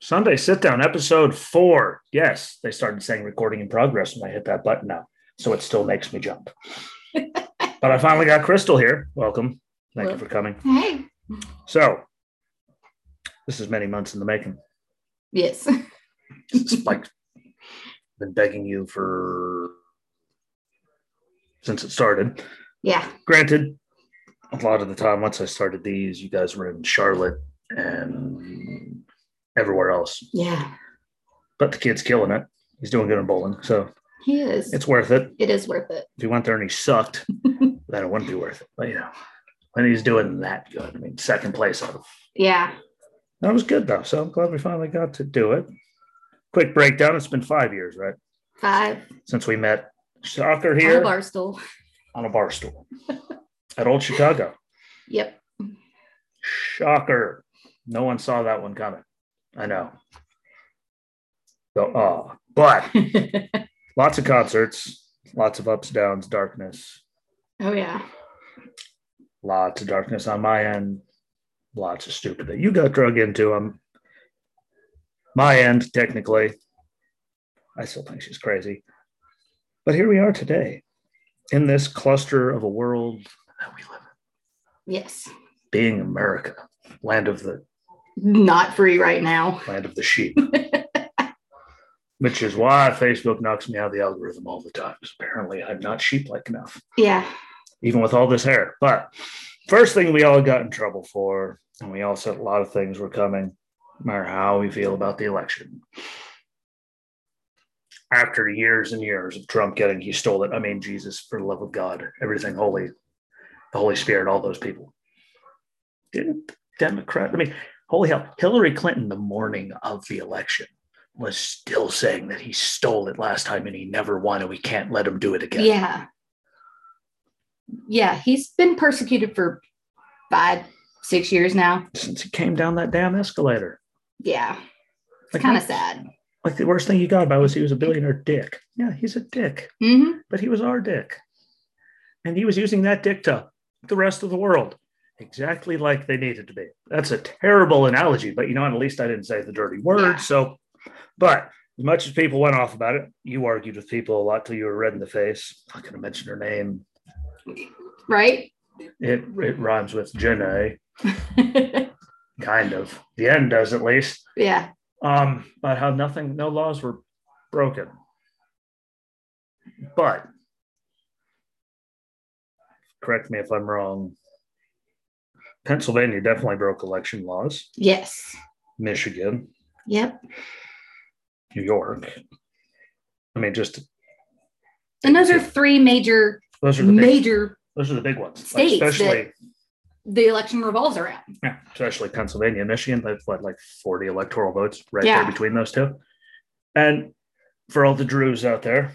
Sunday sit down episode four. Yes, they started saying recording in progress when I hit that button now. So it still makes me jump. but I finally got Crystal here. Welcome. Thank you for coming. Hey. So this is many months in the making. Yes. It's like been begging you for since it started. Yeah. Granted, a lot of the time once I started these, you guys were in Charlotte and everywhere else. Yeah. But the kid's killing it. He's doing good in bowling. So He is. It's, it's worth it. worth it. if he went there and he sucked, then it wouldn't be worth it. But you know, when he's doing that good, I mean, second place out of Yeah. that was good though. So I'm glad we finally got to do it. Quick breakdown. It's been five years, right, Five since we met soccer on a here bar stool. on a bar stool at Old Chicago. Yep. Shocker! No one saw that one coming. I know. So, oh, but oh lots of concerts, lots of ups, downs, darkness, yeah. lots of darkness on my end, lots of stupid that you got drug into. Um, my end, technically, I still think she's crazy, but here we are today in this cluster of a world that we live in, Yes. being America, land of the Not free right now. land of the sheep, which is why Facebook knocks me out of the algorithm all the time. 'cause Apparently, I'm not sheep-like enough. Yeah. even with all this hair. But first thing we all got in trouble for, and we all said a lot of things were coming, no matter how we feel about the election. After years and years of Trump getting, he stole it. I mean, Jesus, for the love of God, everything holy, the Holy Spirit, all those people. Didn't the Democrat, I mean, holy hell, Hillary Clinton, the morning of the election, was still saying that he stole it last time and he never won and we can't let him do it again. Yeah. Yeah. He's been persecuted for five, six years now. Since he came down that damn escalator. Yeah. It's Like, kind of sad. Like the worst thing he got about was he was a billionaire dick. Yeah, he's a dick, Mm-hmm. but he was our dick. And he was using that dick to the rest of the world exactly like they needed to be. That's a terrible analogy, but you know, at least I didn't say the dirty word. Yeah. So, but as much as people went off about it, you argued with people a lot till you were red in the face. I'm not going to mention her name. Right? It, it rhymes with Jenna, yeah. kind of. The end does at least. um, about how nothing, no laws were broken. But correct me if I'm wrong. Pennsylvania definitely broke election laws. Yes. Michigan, Yep. New York. I mean, just And those are three major, those are the big, major those are the big ones, States that- especially the election revolves around. yeah, especially Pennsylvania, Michigan. They've what like 40 electoral votes right Yeah. there between those two. And for all the Drews out there,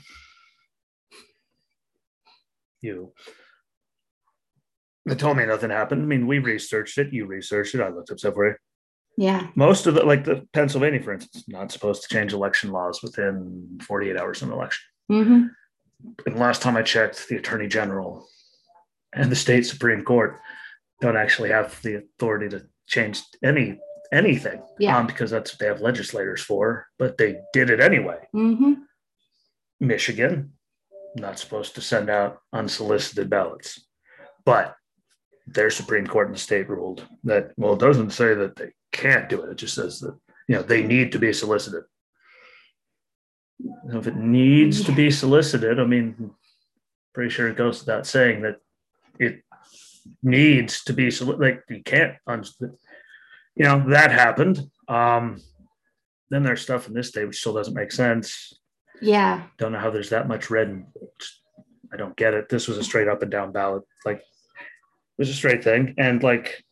you they told me nothing happened. I mean, we researched it, you researched it, I looked up stuff where Yeah. most of the like the Pennsylvania, for instance, not supposed to change election laws within 48 hours of an election. Mm-hmm. And last time I checked, the attorney general and the state Supreme Court don't actually have the authority to change any anything Yeah. um, because that's what they have legislators for, but they did it anyway. Mm-hmm. Michigan, not supposed to send out unsolicited ballots, but their Supreme Court and the state ruled that, well, it doesn't say that they can't do it. It just says that, you know, they need to be solicited. Now, If it needs to be solicited, I mean, pretty sure it goes without saying that it needs to be, soli- like, you can't, uns- you know, that happened. Um, then there's stuff in this state which still doesn't make sense Yeah. don't know how there's that much red and I don't get it. This was a straight up and down ballot. Like it was a straight thing. And like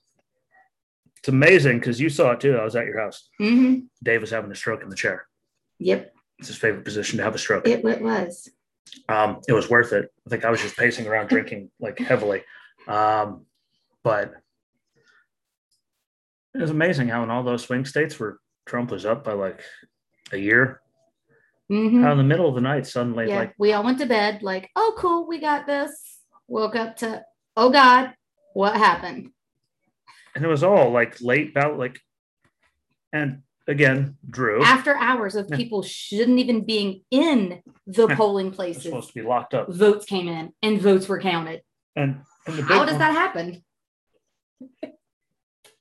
it's amazing because you saw it too. I was at your house. Mm-hmm. Dave was having a stroke in the chair. Yep. It's his favorite position to have a stroke. It, it was. Um, it was worth it. I think I was just pacing around drinking like heavily. Um, but it was amazing how in all those swing states where Trump was up by like a year, Mm-hmm. how in the middle of the night suddenly yeah. like we all went to bed like, oh, cool, we got this. Woke up to, oh God, what happened? and it was all like late ballot like and again, Drew. After hours of Oh. Yeah. people shouldn't even being in the Yeah. polling was places, supposed to be locked up. votes came in and votes were counted. And, and the big How does one- that happen?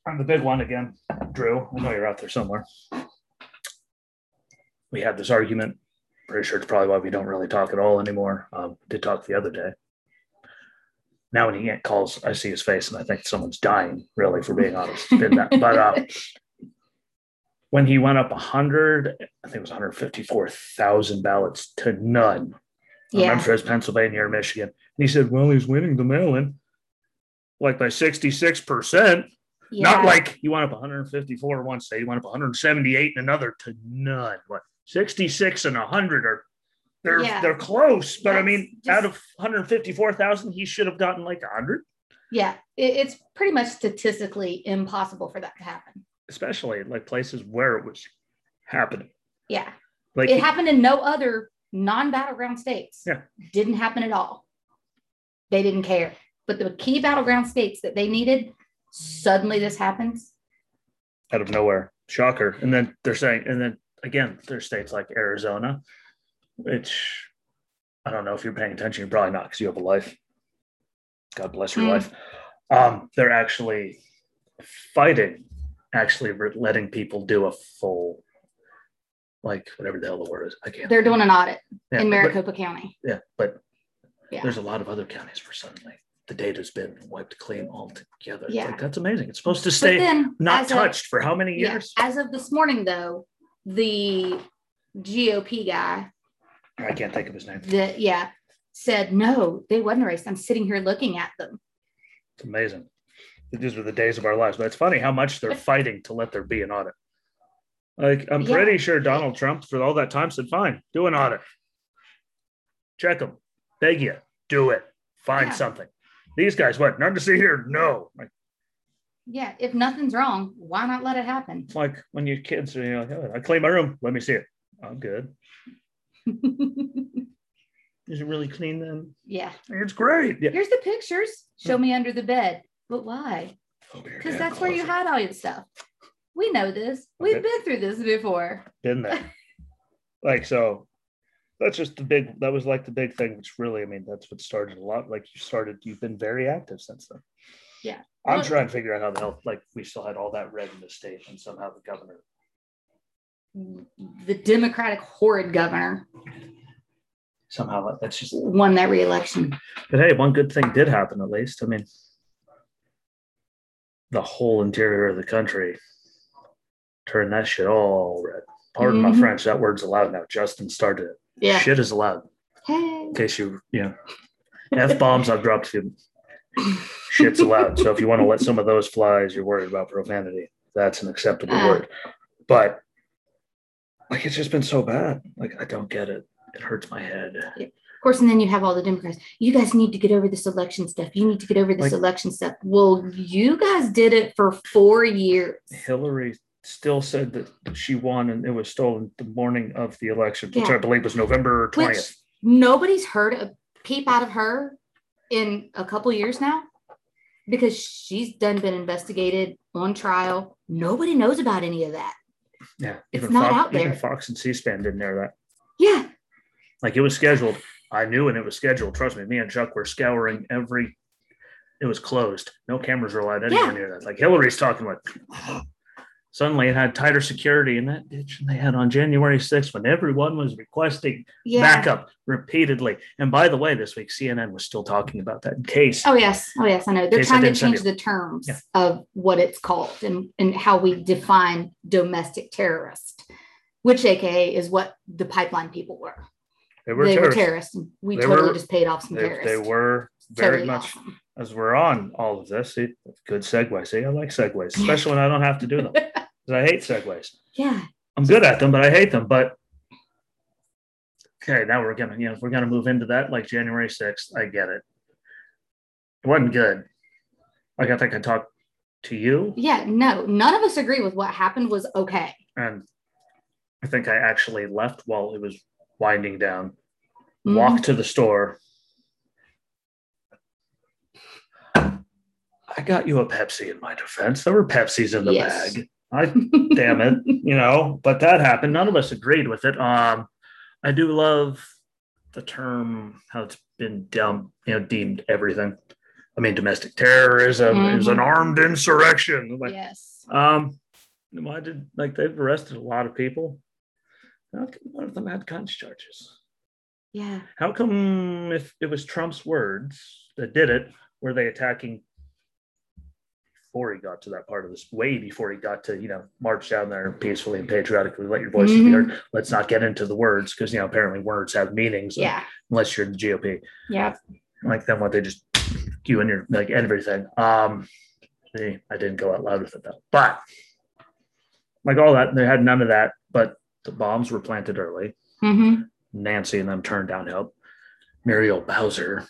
And the big one again, Drew, I know you're out there somewhere. We had this argument. Pretty sure it's probably why we don't really talk at all anymore. Um, did talk the other day. Now when he get calls, I see his face and I think someone's dying, really, for being honest. It's been that- but uh, when he went up 100, I think it was 154,000 ballots to none. Yeah. I'm sure it's Pennsylvania or Michigan. And he said, well, he's winning the mail-in like by 66%. yeah. Not like you went up 154 one state, you went up 178 in another to none. What 66 and 100 are they're Yeah. they're close, but I That's mean, just- out of 154,000, he should have gotten like 100, yeah. It, it's pretty much statistically impossible for that to happen. especially in, like places where it was happening. Yeah. Like it happened in no other non-battleground states. Yeah. Didn't happen at all. They didn't care. But the key battleground states that they needed, suddenly this happens. out of nowhere, shocker. And then they're saying, and then again, there's states like Arizona, which I don't know if you're paying attention, you're probably not because you have a life. God bless your Mm. life. Um, they're actually fighting, actually re- letting people do a full, like whatever the hell the word is. I can't. They're doing an audit Yeah, but- in Maricopa County. yeah, but Yeah. there's a lot of other counties where suddenly the data's been wiped clean altogether. It's Yeah. like, that's amazing. It's supposed to But stay then not as of- touched for how many yeah, years? as of this morning though, the GOP guy I can't think of his name. that yeah said no, they wasn't erased. I'm sitting here looking at them. It's amazing. These are the days of our lives. But it's funny how much they're fighting to let there be an audit. Like, I'm Yeah. pretty sure Donald Trump, for all that time, said, fine, do an audit. Check them. Beg you. Do it. Find Yeah. something. These guys, what? None to see here? No. Like, Yeah, if nothing's wrong, why not let it happen? it's like when your kids are, you know, like, "Oh, I clean my room. Let me see it. I'm good. Is it really clean then? yeah. It's great. Yeah. Here's the pictures. Hmm. Show me under the bed. But why? Because that's where you hide all your stuff. We know this. We've Okay. been through this before. been there. like so that's just the big that was like the big thing, which really I mean that's what started a lot. Like you started you've been very active since then. Yeah. I'm Well- trying to figure out how the hell like we still had all that red in the state and somehow the governor The Democratic horrid governor somehow that- that's just won that reelection. but hey, one good thing did happen at least. I mean the whole interior of the country turned that shit all red. Pardon my Mhm. French, that word's allowed now. Justin started it. Yeah. Shit is allowed. Hey. in case you yeah f bombs i've dropped a few shit's allowed so if you want to let some of those fly as you're worried about profanity that's an acceptable Ah. word but like it's just been so bad like i don't get it it hurts my head Of course, and then you have all the Democrats. You guys need to get over this election stuff. You need to get over this Like- election stuff. Well, you guys did it for four years. hillary still said that she won and it was stolen the morning of the election which Yeah. i believe was november 20th Which nobody's heard a peep out of her in a couple years now because she's done been investigated on trial. Nobody knows about any of that. yeah it's not fox, out even there. fox and c-span didn't air that Yeah. Like it was scheduled. I knew when it was scheduled. Trust me, me and Chuck were scouring every. It was closed. No cameras were allowed anywhere Yeah. near that. Like Hillary's talking like. Suddenly, it had tighter security in that ditch than they had on January 6th when everyone was requesting Yeah. backup repeatedly. And by the way, this week CNN was still talking about that in case. Oh yes. Oh yes. I know. They're Case I trying to didn't send change you. the terms Yeah. of what it's called and, and how we define domestic terrorist, which aka is what the pipeline people were. they They were were, terrorists. terrorists. and We They totally were- just paid off some They, terrorists. they were very Totally much awesome. as we're on all of this. See, good segue. See, I like segues, especially when I don't have to do them because I hate segues. Yeah. I'm good at them, but I hate them. But okay, now we're gonna, you know, if we're gonna move into that like January 6th, I get it. It wasn't good. Like I think I talked to you, Yeah. No, none of us agree with what happened was okay. and I think I actually left while it was winding down, Mhm. walked to the store. I got you a Pepsi in my defense. There were Pepsis in the Yes. bag. I Mm-hmm. damn it, you know. But that happened. None of us agreed with it. Um, I do love the term how it's been dumb, you know, deemed everything. I mean, domestic terrorism is an Mhm. armed insurrection. Like, yes. um, why did like they've arrested a lot of people? How come none of them had guns charges? Yeah. How come if it was Trump's words that did it, were they attacking before he got to that part of this way before he got to, you know, march down there peacefully and patriotically, let your voices be heard. Let's not get into the words because you know apparently words have meanings Yeah. unless you're in the GOP. Yeah. Like then what they just you and your like everything. Um eh, I didn't go out loud with it though. But like all that, they had none of that, but the bombs were planted early. Mm-hmm. Nancy and them turned down help. Muriel Bowser,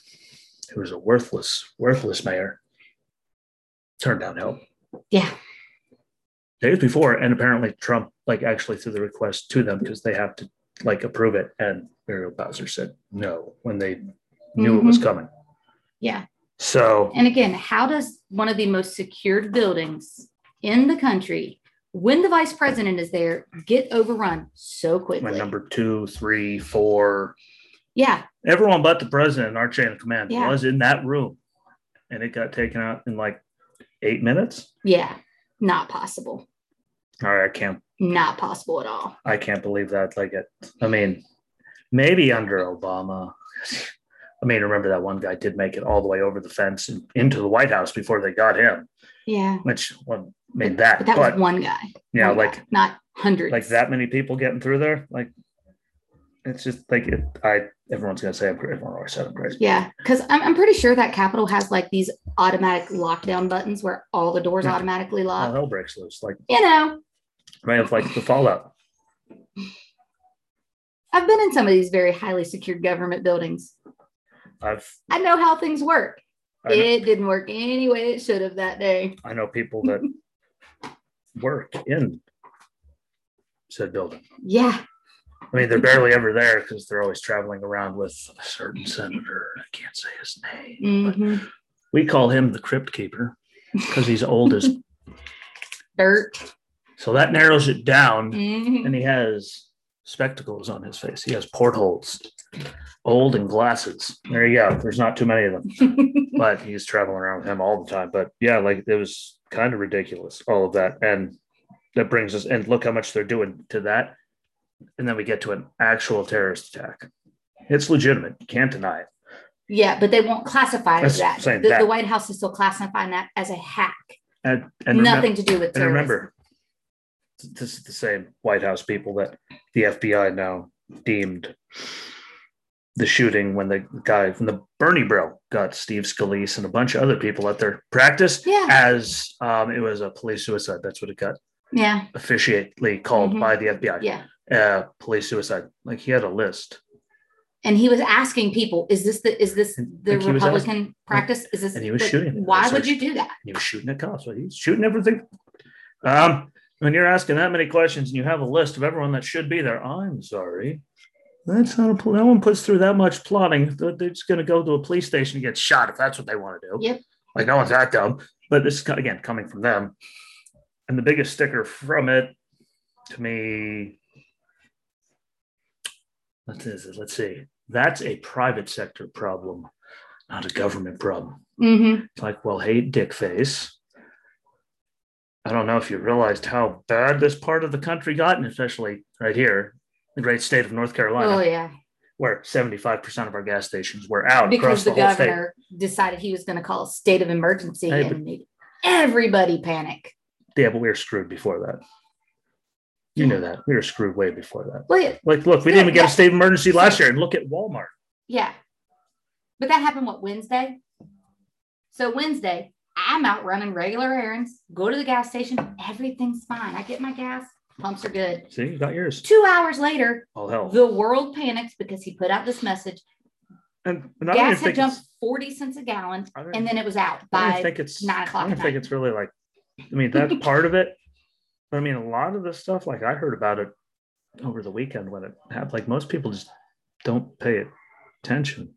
who was a worthless, worthless mayor, turned down help Yeah. days before. And apparently Trump like actually threw the request to them because they have to like approve it. And Muriel Bowser said no when they knew it was coming. Yeah. So And again, how does one of the most secured buildings in the country, when the vice president is there, get overrun so my quickly? number two, three, four, Yeah. everyone but the president, our chain of command, Yeah. was in that room. And it got taken out in like eight minutes. Yeah. Not possible. All right, I can't Not possible at all. I can't believe that. Like it. I mean, maybe under Obama. I mean, remember that one guy did make it all the way over the fence and into the White House before they got him, Yeah. which well, made that. But But, that was one guy. you know, One like guy, not hundreds. like that many people getting through there, like it's just like it, I. Everyone's gonna say I'm crazy. Everyone always said I'm crazy. Yeah, because I'm, I'm pretty sure that Capitol has like these automatic lockdown buttons where all the doors Yeah. Uh-huh. automatically All lock. hell breaks loose. Like You know, right of like the fallout. I've been in some of these very highly secured government buildings. I've I know how things work. I know, It didn't work any way it should have that day. I know people that work in said building. Yeah, I mean, they're barely ever there because they're always traveling around with a certain senator. I can't say his name. but mhm. we call him the Crypt Keeper because he's old as. dirt. So that narrows it down. Mhm. And he has spectacles on his face. He has portholes, old and glasses. There you go. There's not too many of them, but he's traveling around with him all the time. But yeah, like it was kind of ridiculous, all of that. And that brings us, and look how much they're doing to that. And then we get to an actual terrorist attack. It's legitimate. You can't deny it. Yeah, but they won't classify it as that. That's saying The, that. the White House is still classifying that as a hack. And, and remem- Nothing to do with And terrorism. remember, th- this is the same White House people that the FBI now deemed the shooting when the guy from the Bernie Bro got Steve Scalise and a bunch of other people at their practice Yeah, as um, it was a police suicide. That's what it got yeah, officially called Mhm. by the FBI. yeah. Uh, police suicide. Like he had a list. and he was asking people, "Is this the is this And- the and he was Republican practice? Is this?" and he was shooting at Why them. would you do that? He was shooting at cops. Like, He's shooting everything. Um, when you're asking that many questions and you have a list of everyone that should be there, I'm sorry. That's not a pl- no one puts through that much plotting. They're they're just going to go to a police station and get shot if that's what they want to do. Yep. Like no one's that dumb. But this is co- again coming from them, and the biggest sticker from it to me. What is it? Let's see. That's a private sector problem, not a government problem. Mm-hmm. It's like, well, hey, dick face. I don't know if you realized how bad this part of the country got, and especially right here, the great state of North Carolina, Oh yeah, where 75% of our gas stations were out because across the, the, whole state. governor decided he was going to call a state of emergency, Hey, and made everybody panic. Yeah, but we were screwed before that. You knew that. We were screwed way before that. Well, yeah, Like, look, we Yeah, didn't even get yeah. a state of emergency last year, and look at Walmart. yeah, but that happened what Wednesday. So Wednesday, I'm out running regular errands. Go to the gas station. Everything's fine. I get my gas. Pumps are good. See, you got yours. Two hours later, All hell. the world panics because he put out this message. And, and I don't even Gas had think jumped it's, 40 cents a gallon. I don't and then it was out I don't even by think it's nine o'clock I don't at think night. it's really like. I mean, that's part of it. But I mean, a lot of this stuff, like I heard about it over the weekend when it happened. Like most people just don't pay attention,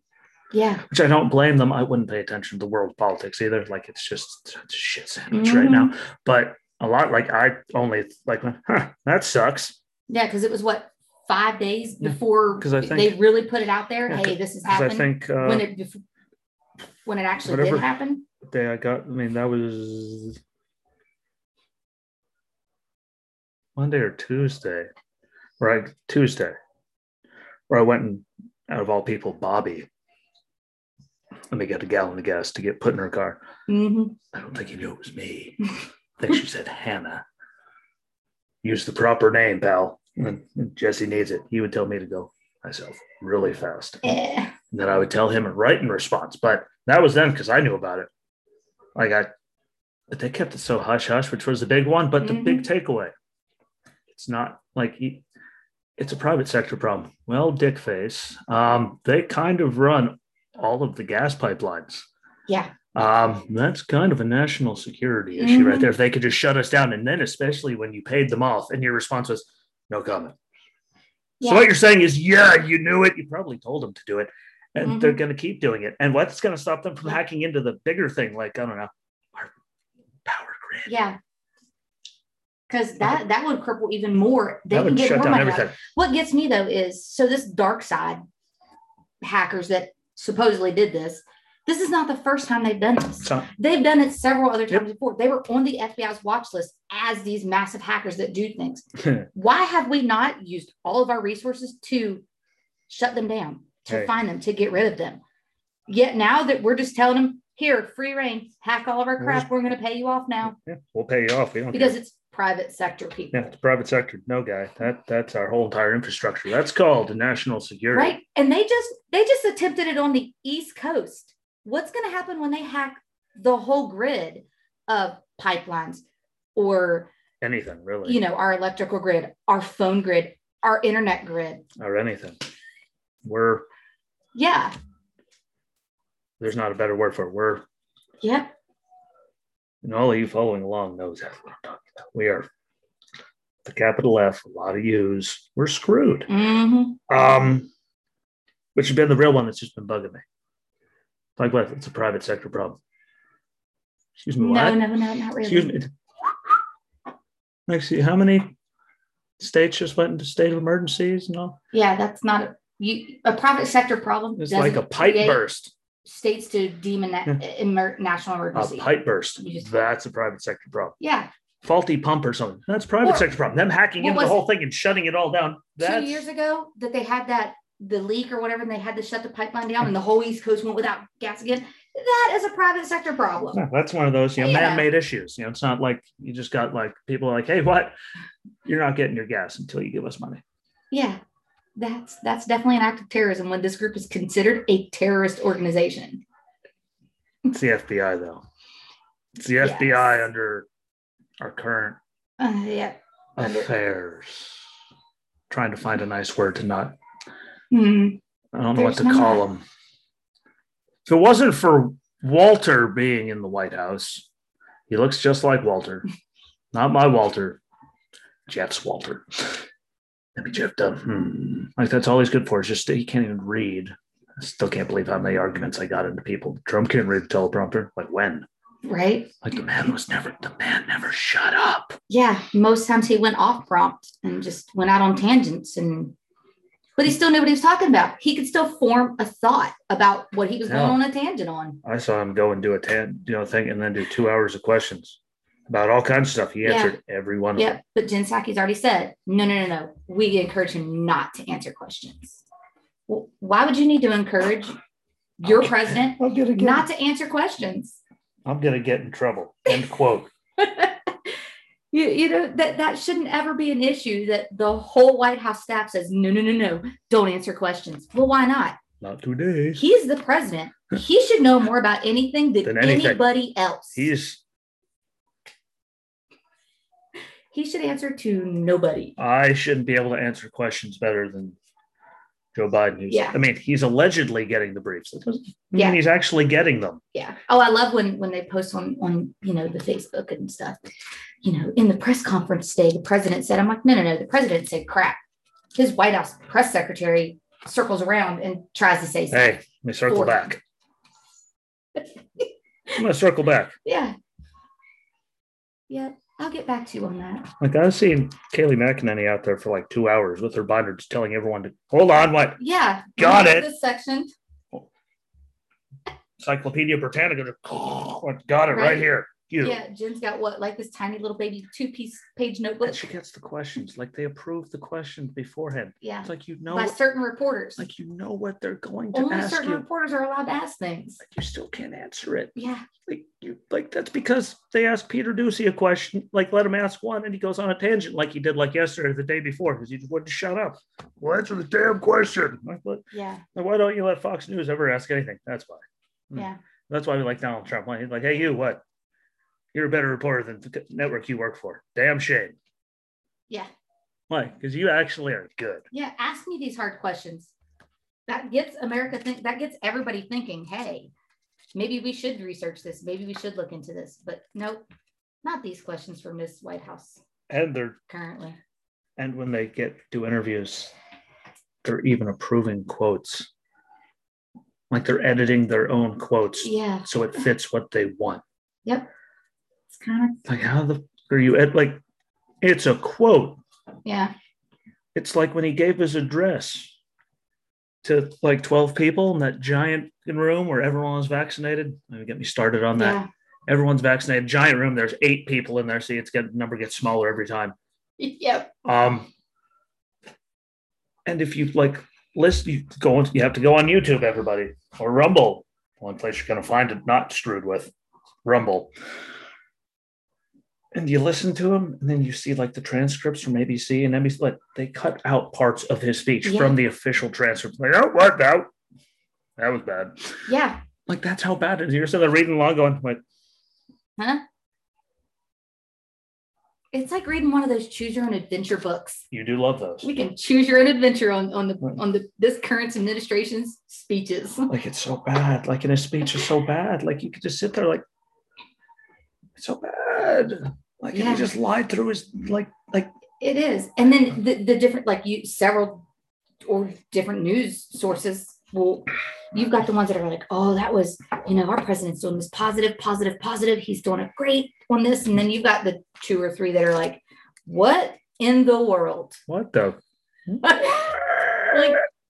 yeah which I don't blame Mm-hmm. them. I wouldn't pay attention to world politics either. Like it's just such a shit sandwich right now. But a lot like I only like huh, that sucks. Yeah, because it was what five days before 'Cause I think- they really put it out there. Yeah, hey, this has 'Cause I happened. think uh, when it bef- when it actually whatever- did happen. day I got, I mean, that was Monday or Tuesday, right? Tuesday, where I went and, out of all people, Bobby, let me get a gallon of gas to get put in her car. Mhm. I don't think he knew it was me. I think she said Hannah. Use the proper name, pal. And Jesse needs it. He would tell me to go myself really fast. Eh. And then I would tell him and write in response. But that was then because I knew about it. Like I, but they kept it so hush hush, which was the big one. But the Mhm. big takeaway, it's not like he, it's a private sector problem. Well, dickface, um, they kind of run all of the gas pipelines. Yeah. Um, that's kind of a national security issue right Mhm. there. If they could just shut us down, and then especially when you paid them off, and your response was no comment. Yeah. So what you're saying is, yeah, you knew it. You probably told them to do it, and they're Mhm. going to keep doing it. And what's going to stop them from hacking into the bigger thing? Like I don't know, our power grid. Yeah. Because that that would cripple even more. They that can would get shut more down money. out. everything. What gets me though is so this dark side hackers that supposedly did this. This is not the first time they've done this. So They've done it several other Yep. times before. They were on the FBI's watch list as these massive hackers that do things. Why have we not used all of our resources to shut them down, to Hey. find them, to get rid of them? Yet now that we're just telling them, here, free reign, hack all of our crap. We're going to pay you off now yeah, we'll pay you off. We don't because care. it's private sector people. Yeah, it's private sector. No, guy. That that's our whole entire infrastructure. That's called national security. right and they just they just attempted it on the east coast what's going to happen when they hack the whole grid of pipelines or Anything really, you know our electrical grid our phone grid our internet grid or anything. We're yeah there's not a better word for it. We're yep and all of you following along knows that's what I'm talking about. We are the capital F, a lot of U's. We're screwed. hmm Um, which has been the real one that's just been bugging me. Like what? It's a private sector problem. Excuse me. no What? no no not really Excuse me. Actually, how many states just went into state of emergencies and all? yeah that's not a you, a private sector problem It's doesn't like a pipe create burst. states to deem a na- emer- national A emergency pipe burst. You just- That's a private sector problem. yeah Faulty pump or something. That's a private Or- sector problem. Them hacking What into the was whole thing and shutting it all down. That's two years ago that they had that the leak or whatever, and they had to shut the pipeline down, and the whole East Coast went without gas again. That is a private sector problem. Yeah, that's one of those you know Yeah. man-made issues. You know, it's not like you just got like people are like, hey, what? You're not getting your gas until you give us money. Yeah, that's that's definitely an act of terrorism when this group is considered a terrorist organization. It's the FBI though. It's the Yes. FBI under our current Uh, yeah. Under- affairs. Trying to find a nice word to not. Mhm. I don't know what to There's call them. If it wasn't for Walter being in the White House, he looks just like Walter. Not my Walter, Jeff's Walter. Maybe Jeff Dunn. Hmm. Like that's all he's good for. Is just he can't even read. I still can't believe how many arguments I got into people. Trump can't read the teleprompter. Like when? Right. Like the man was never the man never shut up. Yeah. Most times he went off prompt and just went out on tangents and. But he still knew what he was talking about. He could still form a thought about what he was Yeah. going on a tangent on. I saw him go and do a tan, you know, thing, and then do two hours of questions about all kinds of stuff. He Yeah. answered every one of them. Yep. But Jen Psaki's already said, no, no, no, no. We encourage him not to answer questions. Well, why would you need to encourage your president I'm gonna not to answer questions? I'm gonna get in trouble. End quote. You, you know, that, that shouldn't ever be an issue that the whole White House staff says, no, no, no, no, don't answer questions. Well, why not? Not today. He's the president. He should know more about anything than, Than anything. anybody else. He's he should answer to nobody. I shouldn't be able to answer questions better than Joe Biden. Who's, Yeah. I mean, he's allegedly getting the briefs. That doesn't mean Yeah. he's actually getting them. yeah oh i love when when they post on on you know the facebook and stuff you know in the press conference today the president said i'm like no no no the president said crap his white house press secretary circles around and tries to say Hey, something let me circle Four. back. I'm gonna circle back. yeah yeah I'll get back to you on that. Like I was seeing Kaylee McEnany out there for like two hours with her binder, just telling everyone to hold on. What Yeah. Got remember it. This section. Encyclopedia Britannica? to- What got it right, Right. here. You. Yeah, Jen's got what, like this tiny little baby two piece page And notebook. she gets the questions. Like they approve the questions beforehand. Yeah, It's like you know, by certain reporters. like you know what they're going to Only ask certain you. reporters are allowed to ask things. Like you still can't answer it. Yeah, Like you like that's because they asked Peter Ducey a question. Like let him ask one, and he goes on a tangent like he did like yesterday or the day before because he just wouldn't shut up. Well, answer the damn question. Like, what- yeah, Now, why don't you let Fox News ever ask anything? That's why. Hmm. yeah. That's why we like Donald Trump. Why- He's like, hey, you, what? You're a better reporter than the network you work for. Damn shame. Yeah. Why? Because you actually are good. Yeah, ask me these hard questions. That gets America think that gets everybody thinking, hey, maybe we should research this, maybe we should look into this. But nope, not these questions for Miss White House And they're currently. and when they get do interviews, they're even approving quotes. Like they're editing their own quotes Yeah, so it fits what they want. it's kind Like how the f- are you at like it's a quote. of yeah, It's like when he gave his address to like 12 people in that giant room where everyone was vaccinated. Let me get me started on that. yeah, Everyone's vaccinated. Giant room. There's eight people in there. See, it's get number gets smaller every time. yep, Um, and if you like list, you go on, you have to go on YouTube, everybody, or Rumble. One place you're going to find it not screwed with Rumble. And you listen to him, and then you see like the transcripts from ABC and NBC. Like they cut out parts of his speech Yeah. from the official transcript. Like, oh, what now? That was bad. yeah, Like that's how bad it is. You're sitting there reading along, going, "Like, huh? It's like reading one of those choose your own adventure books. you do love those." We can choose your own adventure on, on the Right. on the this current administration's speeches. like it's so bad. Like in his speech is so bad. Like you could just sit there like it's so bad. Like and Yeah. he just lied through his like like It is. And then the, the different, like you, several or different news sources will, you've got the ones that are like, oh, that was, you know, our president's doing this positive, positive, positive. He's doing it great on this. And then you've got the two or three that are like, what in the world? what the like,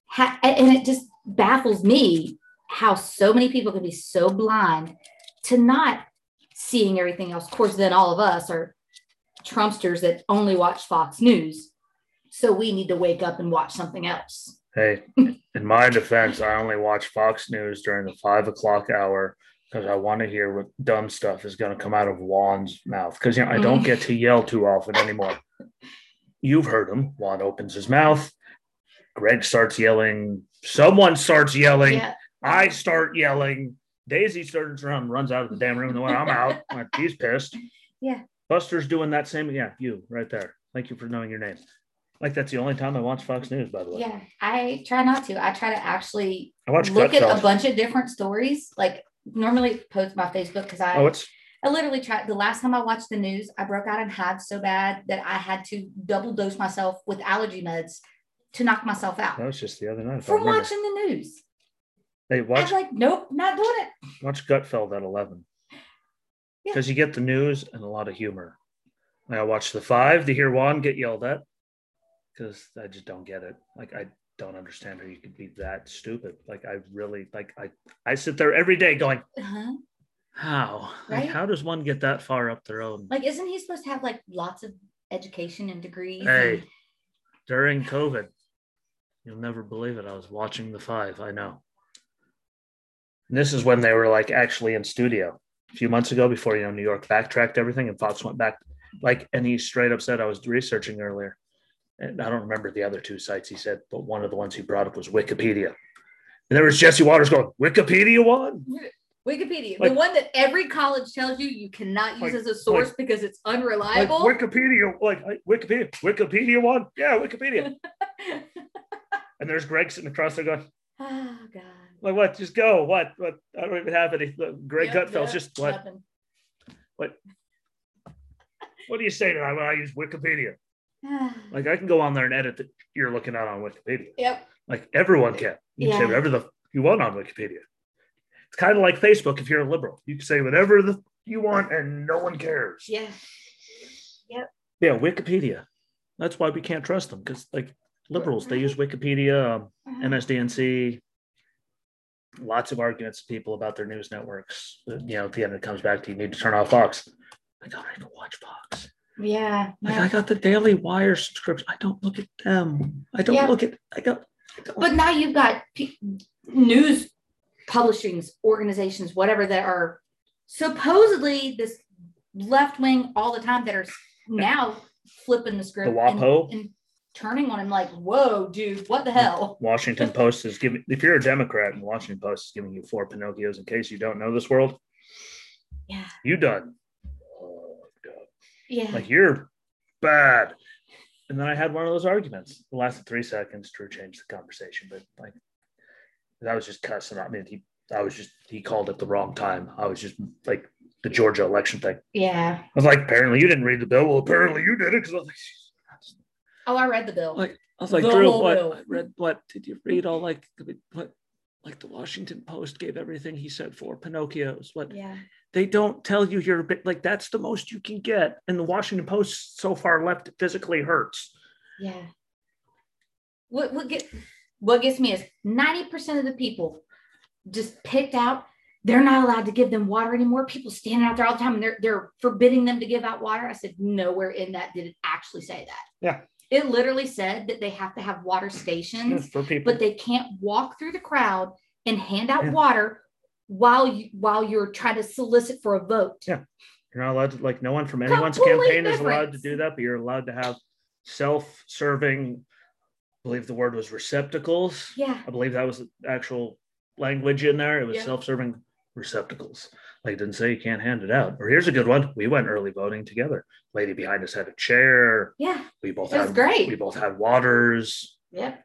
ha- and it just baffles me how so many people can be so blind to not seeing everything else. Of course, then all of us are Trumpsters that only watch Fox News, so we need to wake up and watch something else. Hey, in my defense, I only watch Fox News during the five o'clock hour because I want to hear what dumb stuff is going to come out of Juan's mouth. Because you know I don't get to yell too often anymore. You've heard him. Juan opens his mouth. Greg starts yelling. Someone starts yelling. Yeah, Um, I start yelling. Daisy turns around, runs out of the damn room. The one I'm out. Like, he's pissed. Yeah. Buster's doing that same. Yeah, you right there. Thank you for knowing your name. Like that's the only time I watch Fox News, by the way. yeah. I try not to. I try to actually I watch look at a Gutfeld. bunch of different stories. Like normally post my Facebook because I Oh, it's I literally tried the last time I watched the news, I broke out in hives so bad that I had to double dose myself with allergy meds to knock myself out that was just the other night. if I from remember. watching the news. Hey, I watch was like, nope, not doing it. watch Gutfeld at eleven. Yeah. Because you get the news and a lot of humor. And I watch the five to hear Juan get yelled at. Because I just don't get it. Like I don't understand how you could be that stupid. Like I really like I I sit there every day going, Uh-huh. How? Right? Like, how does one get that far up their own? Like, isn't he supposed to have like lots of education and degrees? hey, during COVID, you'll never believe it. I was watching the five. I know. And this is when they were like actually in studio a few months ago before, you know, New York backtracked everything and Fox went back. Like, and he straight up said, I was researching earlier. And I don't remember the other two sites he said, but one of the ones he brought up was Wikipedia. And there was Jesse Waters going, Wikipedia one? Wikipedia, Like- the one that every college tells you you cannot use Like- as a source because it's Like, unreliable. Wikipedia, like I- Wikipedia, Wikipedia one? Yeah, Wikipedia. and there's Greg sitting across there going, oh God. Like what? Just go. What? What? I don't even have any. Look, Greg Yep, Gutfeld's yep, just what? nothing. What do you say to that when I use Wikipedia? Ah, Like I can go on there and edit that you're looking at on Wikipedia. yep. Like everyone can. You can say Yeah. whatever the f- you want on Wikipedia. It's kind of like Facebook. If you're a liberal, you can say whatever the f- you want and no one cares. Yeah. Yep. Yeah, Wikipedia. That's why we can't trust them because, like, liberals, they use Wikipedia, um, MSDNC, lots of arguments to people about their news networks. But, you know, at the end, it comes back to you need to turn off Fox. I don't even watch Fox. Yeah. Like, no. I got the Daily Wire subscription. I don't look at them. I don't Yeah. look at, I got, I don't- But now you've got p- news publishings, organizations, whatever that are supposedly this left wing all the time that are now flipping the script The WAPO? And, and turning on him like, whoa, dude, what the hell? Washington Post is giving, if you're a Democrat and Washington Post is giving you four Pinocchios in case you don't know this world, Yeah. you done. Yeah. Like, you're bad. And then I had one of those arguments. It lasted three seconds. Drew changed the conversation, but like, I was just cussing. I mean, he, I was just, he called at the wrong time. I was just like the Georgia election thing. yeah. I was like, apparently you didn't read the bill. Well, apparently you did it. Cause I was like, Oh, I read the bill. Like- I was like, The Drew, whole what bill. I read? What did you read? All like, what, like the Washington Post gave everything he said for Pinocchio's. What yeah. they don't tell you you're a bit like that's the most you can get, and the Washington Post so far left it physically hurts. Yeah. What what get what gets me is 90% of the people just picked out. They're not allowed to give them water anymore. People standing out there all the time and they're they're forbidding them to give out water. I said, nowhere in that did it actually say that. Yeah. It literally said that they have to have water stations, for people. Mm-hmm. but they can't walk through the crowd and hand out Yeah. water while you while you're trying to solicit for a vote. Yeah. you're not allowed to like no one from Complete anyone's campaign is allowed to difference. do that, but you're allowed to have self-serving. I believe the word was receptacles. Yeah. I believe that was the actual language in there. It was Yeah. self-serving receptacles. Like it didn't say you can't hand it out. Or here's a good one. We went early voting together. Lady behind us had a chair. Yeah. We both It was had great. we both had waters. Yep.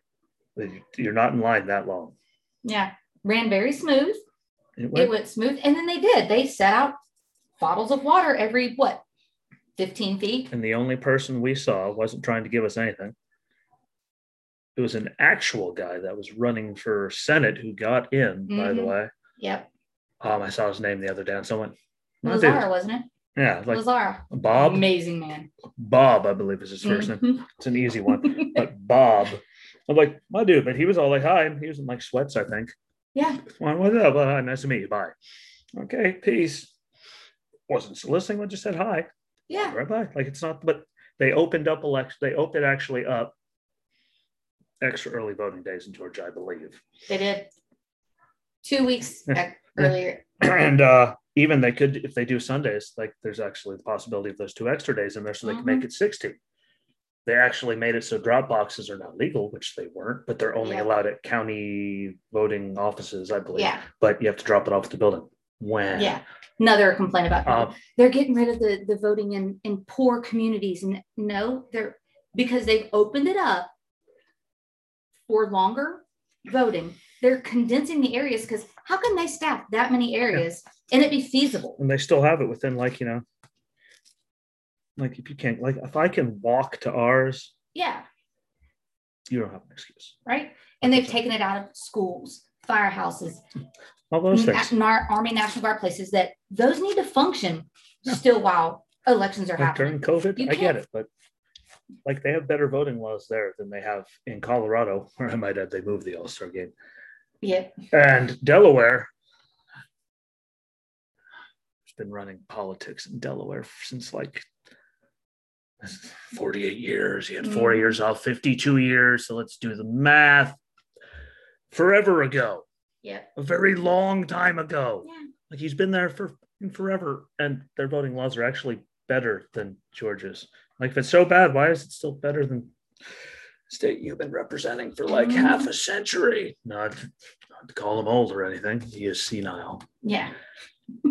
You're not in line that long. Yeah. Ran very smooth. It it went, went smooth and then they did they set out bottles of water every what 15 feet and the only person we saw wasn't trying to give us anything. It was an actual guy that was running for Senate who got in, by the Mhm. way. yep Um, I saw his name the other day and someone. it "Oh, was dude." Lazara, wasn't it? Yeah, like Lazara. Bob. Amazing man. Bob, I believe is his 1st name. Mhm. It's an easy one. but Bob, I'm like, my dude, but he was all like, hi. He was in like sweats, I think. Yeah. Well, what's up? Uh, nice to meet you. Bye. Okay, peace. Wasn't soliciting, but just said hi. Yeah. Right bye. Like it's not, but they opened up election, they opened actually up extra early voting days in Georgia, I believe. They did. Two weeks Yeah. back earlier. and uh even they could if they do Sundays, like there's actually the possibility of those two extra days in there so they can Mhm. make it 60. They actually made it so drop boxes are not legal, which they weren't, but they're only Yeah. allowed at county voting offices, I believe. Yeah. But you have to drop it off at the building. When Yeah. Another complaint about people. um, they're getting rid of the, the voting in, in poor communities. And no, they're because they've opened it up for longer voting. They're condensing the areas because how can they staff that many areas and it be feasible? and they still have it within like, you know, like if you can't like if I can walk to ours, Yeah, you don't have an excuse. right. And they've taken it out of schools, firehouses, All those na- things. Nar- Army National Guard places that those need to function still while elections are Like uh, happening. during COVID, You I get can't- it, but like they have better voting laws there than they have in Colorado, where I might add they moved the All Star game Yeah. and Delaware. It's been running politics in Delaware since like 48 years. He had four Mhm. years off, 52 years. So let's do the math. Forever ago, Yeah. a very long time ago. Yeah. Like he's been there for f***ing forever, and their voting laws are actually better than Georgia's. Like if it's so bad, why is it still better than state you've been representing for like Mhm. half a century? Not, not to call him old or anything. He is senile. Yeah.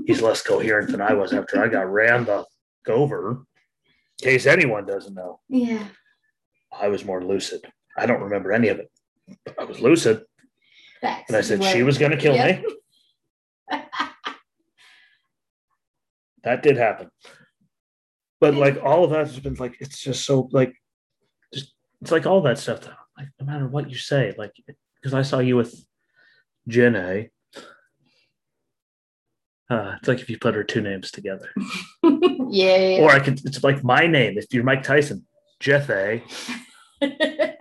He's less coherent than I was after I got ran the f- over. In case anyone doesn't know, Yeah. I was more lucid. I don't remember any of it. but I was lucid, Facts. and I said she Well, was going to kill Yep. me. that did happen. But like all of that has been like it's just so like just it's like all that stuff though. Like no matter what you say, like because I saw you with Jen A. Uh, it's like if you put her two names together. yeah. Or I could, it's like my name. If you're Mike Tyson, Jeff A. Yeah.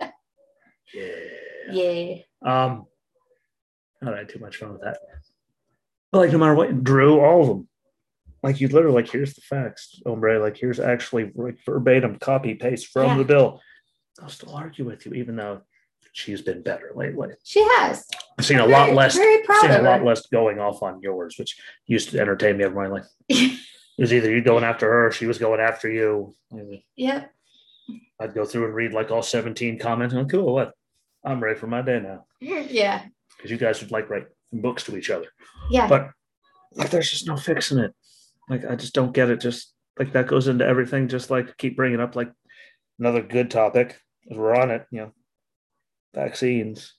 yeah. Um, not had too much fun with that. But like no matter what, Drew, all of them. Like you literally like here's the facts, hombre. Like here's actually like verbatim copy paste from Yeah. the bill. I'll still argue with you, even though she's been better lately. She has. I've seen a I'm lot very- less. Very proud Seen a of lot her. less going off on yours, which used to entertain me every morning. Like it was either you going after her, or she was going after you. Yep. I'd go through and read like all seventeen comments. And I'm cool. What? I'm ready for my day now Yeah. because you guys would like write books to each other. Yeah. But like, there's just no fixing it. Like, I just don't get it. Just like that goes into everything. Just like keep bringing up like another good topic. We're on it, you know. Vaccines,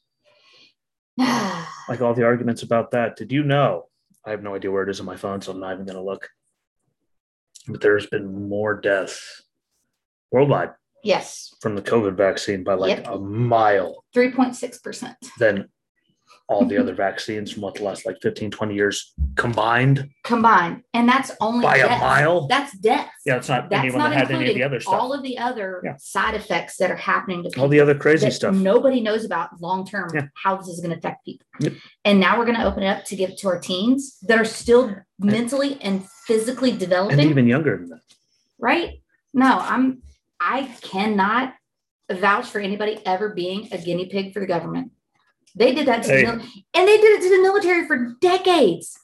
like all the arguments about that. Did you know? I have no idea where it is on my phone, so I'm not even going to look. But there's been more deaths worldwide yes. from the COVID vaccine by like Yep. a mile 3.6%. than all the other vaccines from what the last like 15, 20 years combined combined. And that's only by a deaths. mile. That's deaths. Yeah, it's not That's anyone not that had any of including the other stuff. all of the other Yeah. side effects that are happening to people. all the other crazy that stuff. Nobody knows about long term Yeah. how this is going to affect people. Yep. And now we're going to open it up to give to our teens that are still mentally and physically developing. and even younger than that. right? No, I'm. I cannot vouch for anybody ever being a guinea pig for the government. They did that to Hey. the mil- and they did it to the military for decades,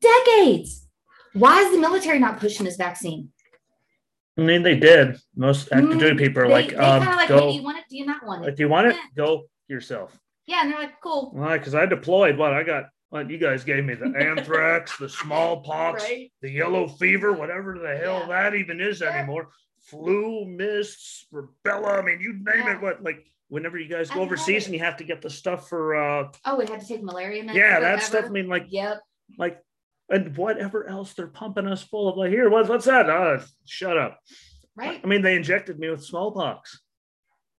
decades. Why is the military not pushing this vaccine? I mean, they did. Most active Mm, duty people are they like, they um, kind of like, go. hey, do you want it? Do you not want it? like, do you want it? Yeah. Go yourself. yeah, and they're like, cool. Why? Because I deployed. What I got? What you guys gave me the anthrax, the smallpox, Right? the yellow fever, whatever the hell Yeah. that even is Yeah. anymore. Flu, mists, rubella. I mean, you name Yeah. it. What like whenever you guys I go love overseas it. and you have to get the stuff for uh Oh, we had to take malaria meds. yeah or that stuff. I whatever. mean, like Yep. like and whatever else they're pumping us full of like here what's, what's that uh, shut up Right. i mean they injected me with smallpox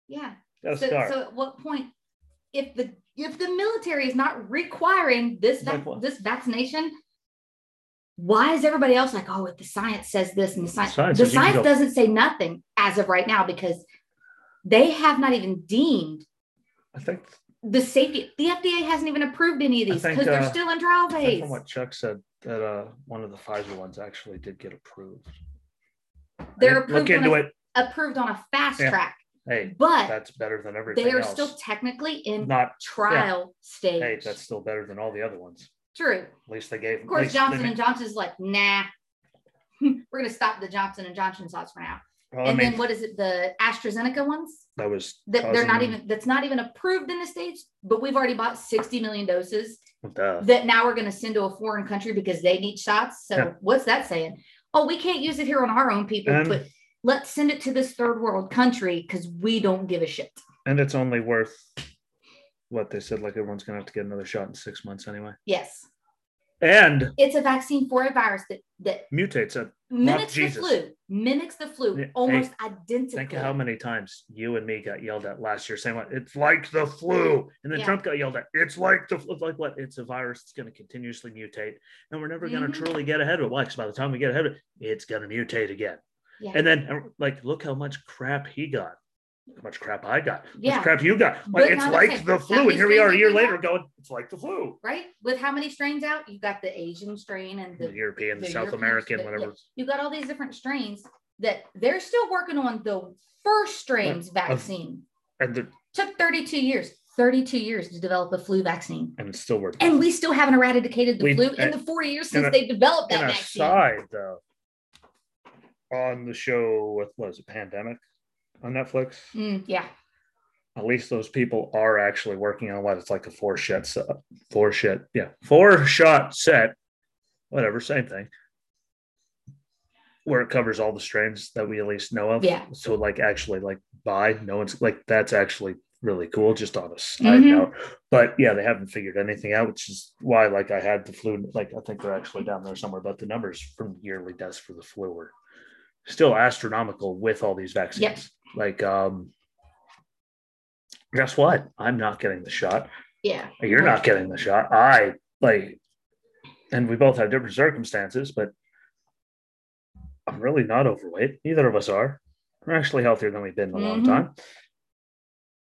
Yeah. gotta So, start so at what point, if the if the military is not requiring this vac- Like what? this vaccination, why is everybody else like, oh, if the science says this and the science, Science the says you can science go- doesn't say nothing as of right now because they have not even deemed i think the safety. The FDA hasn't even approved any of I these think, because they're uh, still in trial I think phase. from what chuck said that uh one of the pfizer ones actually did get approved I They're didn't look approved on into a- it Approved on a fast Yeah. track, hey but that's better than everything they are else still technically in not trial stage. hey that's still better than all the other ones true. at least they gave Of at course, least Johnson they, and Johnson's like, nah, we're gonna stop the Johnson and Johnson shots for now. well, Oh, I and mean, then what is it? The AstraZeneca ones that was that they're not causing- even that's not even approved in the states, but we've already bought 60 million doses Duh. that now we're gonna send to a foreign country because they need shots. So Yeah. what's that saying? Oh, we can't use it here on our own people, And- but let's send it to this third world country because we don't give a shit. and it's only worth what they said like everyone's gonna have to get another shot in six months anyway Yes, and it's a vaccine for a virus that that mutates it mimics the Jesus. flu, mimics the flu Yeah, hey, almost identically. think of how many times you and me got yelled at last year saying what it's like the flu and then Yeah. trump got yelled at it's like the flu It's like what it's a virus that's going to continuously mutate and we're never going Mhm. to truly get ahead of it why because by the time we get ahead of it it's going to mutate again Yeah. and then uh, like look how much crap he got how much crap i got how Yeah. much crap you got But like, it's now like listen, the now flu and these here we are a things year that we later have- going it's like the flu right? With how many strains out, you've got the Asian strain and the the european the the south European american strain, whatever you've got all these different strains that they're still working on the first strains vaccine. and the Took 32 years, 32 years to develop a flu vaccine. and it's still working And we still haven't eradicated the We- flu in and- the 40 years and since a- they developed that and vaccine. aside though on the show what was it pandemic on netflix Mm, yeah. at least those people are actually working on what it's like a four shot set four shot yeah four shot set whatever same thing where it covers all the strains that we at least know of Yeah. so like actually like buy no one's like that's actually really cool just on a side Mhm. note but yeah they haven't figured anything out which is why like i had the flu like i think they're actually down there somewhere but the numbers from yearly deaths for the flu are still astronomical with all these vaccines like um guess what i'm not getting the shot Yeah. you're not getting the shot i like and we both have different circumstances, but I'm really not overweight. Neither of us are. We're actually healthier than we've been in a long Mhm. time.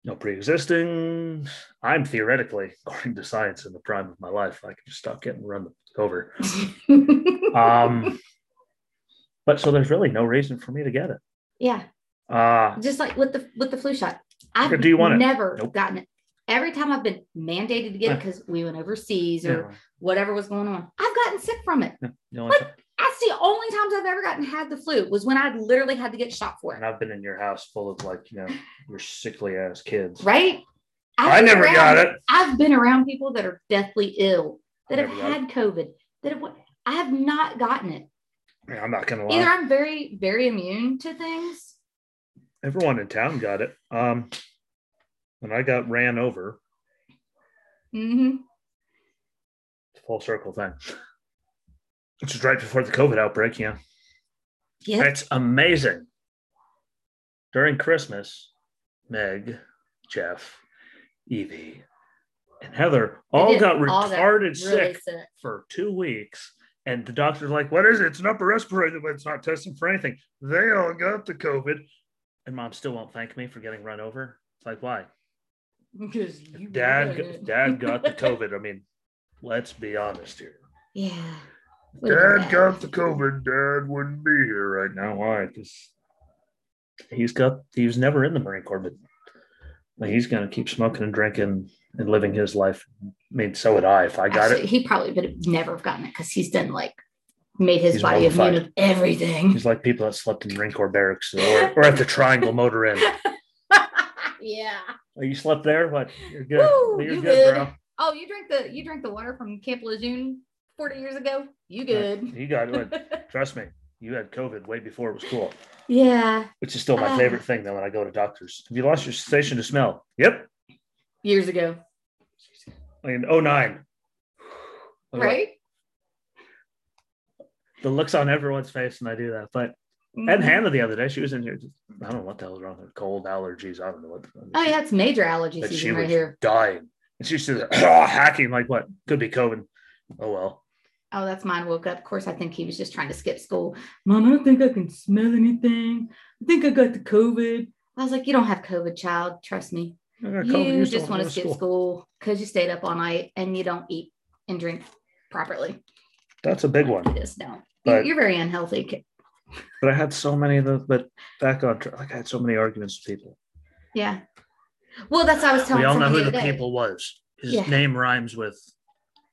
No pre-existing. I'm theoretically, according to science, in the prime of my life. I can just stop getting run over. Um, but so there's really no reason for me to get it. yeah, Uh, just like with the with the flu shot. I've Do you want it? never Nope. gotten it. Every time I've been mandated to get it because we went overseas or whatever was going on, I've gotten sick from it. the only time- That's the only times I've ever gotten had the flu was when I literally had to get shot for and it. I've been in your house full of like, you know, your sickly ass kids. Right? I been never around- got it. I've been around people that are deathly ill, that I have never got had COVID, that have. I have not gotten it. Yeah, I'm not gonna Either lie. I'm very, very immune to things. Everyone in town got it. Um, when I got ran over, hmm it's a full circle thing. Which is right before the COVID outbreak, yeah. Yeah. It's amazing. During Christmas, Meg, Jeff, Evie, and Heather all did. got All got retarded Really sick sick. for two weeks. And the doctor's like, What is it? It's an upper respirator, but it's not testing for anything. They all got the COVID. And mom still won't thank me for getting run over. It's like, why? Because you If dad, got g- it. if dad got the COVID. I mean, let's be honest here. Yeah. If Dad got the COVID. Dad wouldn't be here right now. Why? Because he's got, he was never in the Marine Corps, but like, he's going to keep smoking and drinking and living his life. I mean, so would I if I got it. He probably would have never have gotten it because he's done like made his He's body immune modified. of everything. He's like people that slept in Marine Corps barracks or, or at the Triangle Motor Inn. yeah. Oh, you slept there? What? You're good. Woo, You're you good, good. Oh, you drank the you drank the water from Camp Lejeune 40 years ago? You bro. good. You got it. Trust me, you had COVID way before it was cool, Yeah. which is still my Ah. favorite thing though when I go to doctors. Have you lost your sensation to smell? Yep. Years ago. Like in 09. Like, Right? The looks on everyone's face when I do that. But Mhm. and Hannah the other day, she was in here. Just, I don't know what the hell was wrong with her. Cold allergies. I don't know what. The, Oh yeah, it's major allergy But she season was right here. dying. And she was just ah, hacking like what? Could be COVID. Oh well. Oh, that's mine. Woke up. Of course, I think he was just trying to skip school. Mom, I don't think I can smell anything. I think I got the COVID. I was like, you don't have COVID, child. Trust me. I got COVID, You still just want go to skip school because you stayed up all night and you don't eat and drink properly. That's a big one. You just don't. You- But- You're very unhealthy. kid. But I had so many of those. But back on track, like I had so many arguments with people. Yeah. Well, that's what I was telling we all know someone who the other day. people was. His Yeah. name rhymes with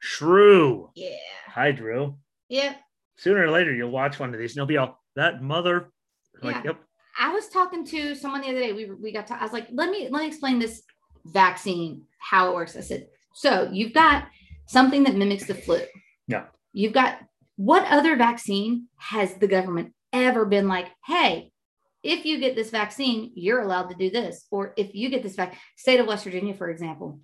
Shrew. Yeah. Hi, Drew. Yeah. Sooner or later, you'll watch one of these and you'll be all that mother. Like, Yeah. yep. I was talking to someone the other day. We were- we got to. I was like, let me let me explain this vaccine how it works. I said, so you've got something that mimics the flu. Yeah. You've got what other vaccine has the government ever been like? Hey, if you get this vaccine, you're allowed to do this, or if you get this vaccine, state of West Virginia, for example,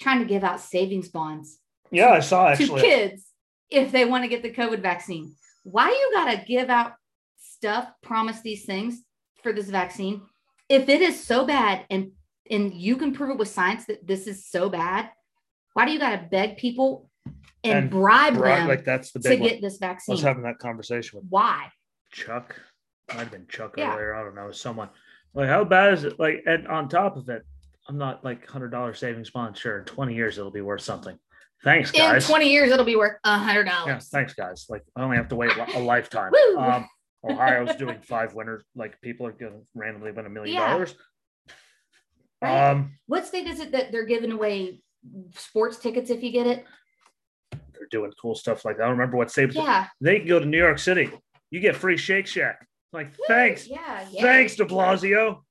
trying to give out savings bonds Yeah, I saw to actually. kids if they want to get the COVID vaccine. Why you gotta give out stuff, promise these things for this vaccine? If it is so bad and and you can prove it with science that this is so bad, why do you gotta beg people and, And bribe, Right, them like that's the to big one. get I this was vaccine? having that conversation with why? Chuck. Might have been Chuck Yeah. earlier. I don't know. Someone. Like, how bad is it? Like, and on top of it, I'm not like hundred dollar savings bond. Sure, in twenty years it'll be worth something. Thanks, In guys. 20 years, it'll be worth a hundred Yeah, dollars. thanks, guys. Like, I only have to wait li- a lifetime. Woo! Um, Ohio's doing five winners. Like, people are going to randomly win a million Yeah. dollars. Right? Um, what state is it that they're giving away sports tickets if you get it? they're doing cool stuff like that. I don't remember what saves. Yeah. They can go to New York City. You get free Shake Shack. Like, thanks, Yeah. yeah. thanks, De Blasio.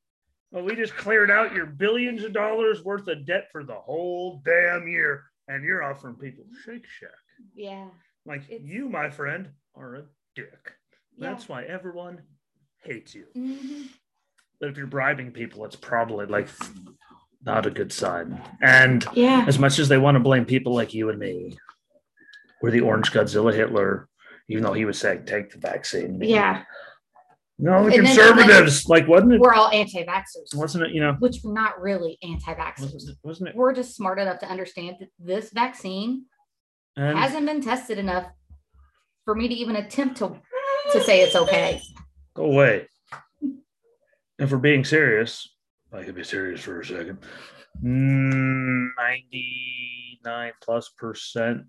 Well, we just cleared out your billions of dollars worth of debt for the whole damn year, and you're offering people Shake Shack. Yeah. Like, It's- you, my friend, are a dick. Yeah. That's why everyone hates you. Mhm. But if you're bribing people, it's probably like not a good sign. And Yeah. as much as they want to blame people like you and me, we're the orange Godzilla Hitler, even though he was saying take the vaccine. Yeah. No, the And then- conservatives. like, wasn't it? We're all anti vaxxers, Wasn't it? You know, which we're not really anti vaxxers. wasn't it? Wasn't it? We're just smart enough to understand that this vaccine And hasn't been tested enough for me to even attempt to to say it's okay. go away. If we're being serious, I could be serious for a second. mm, 99 plus percent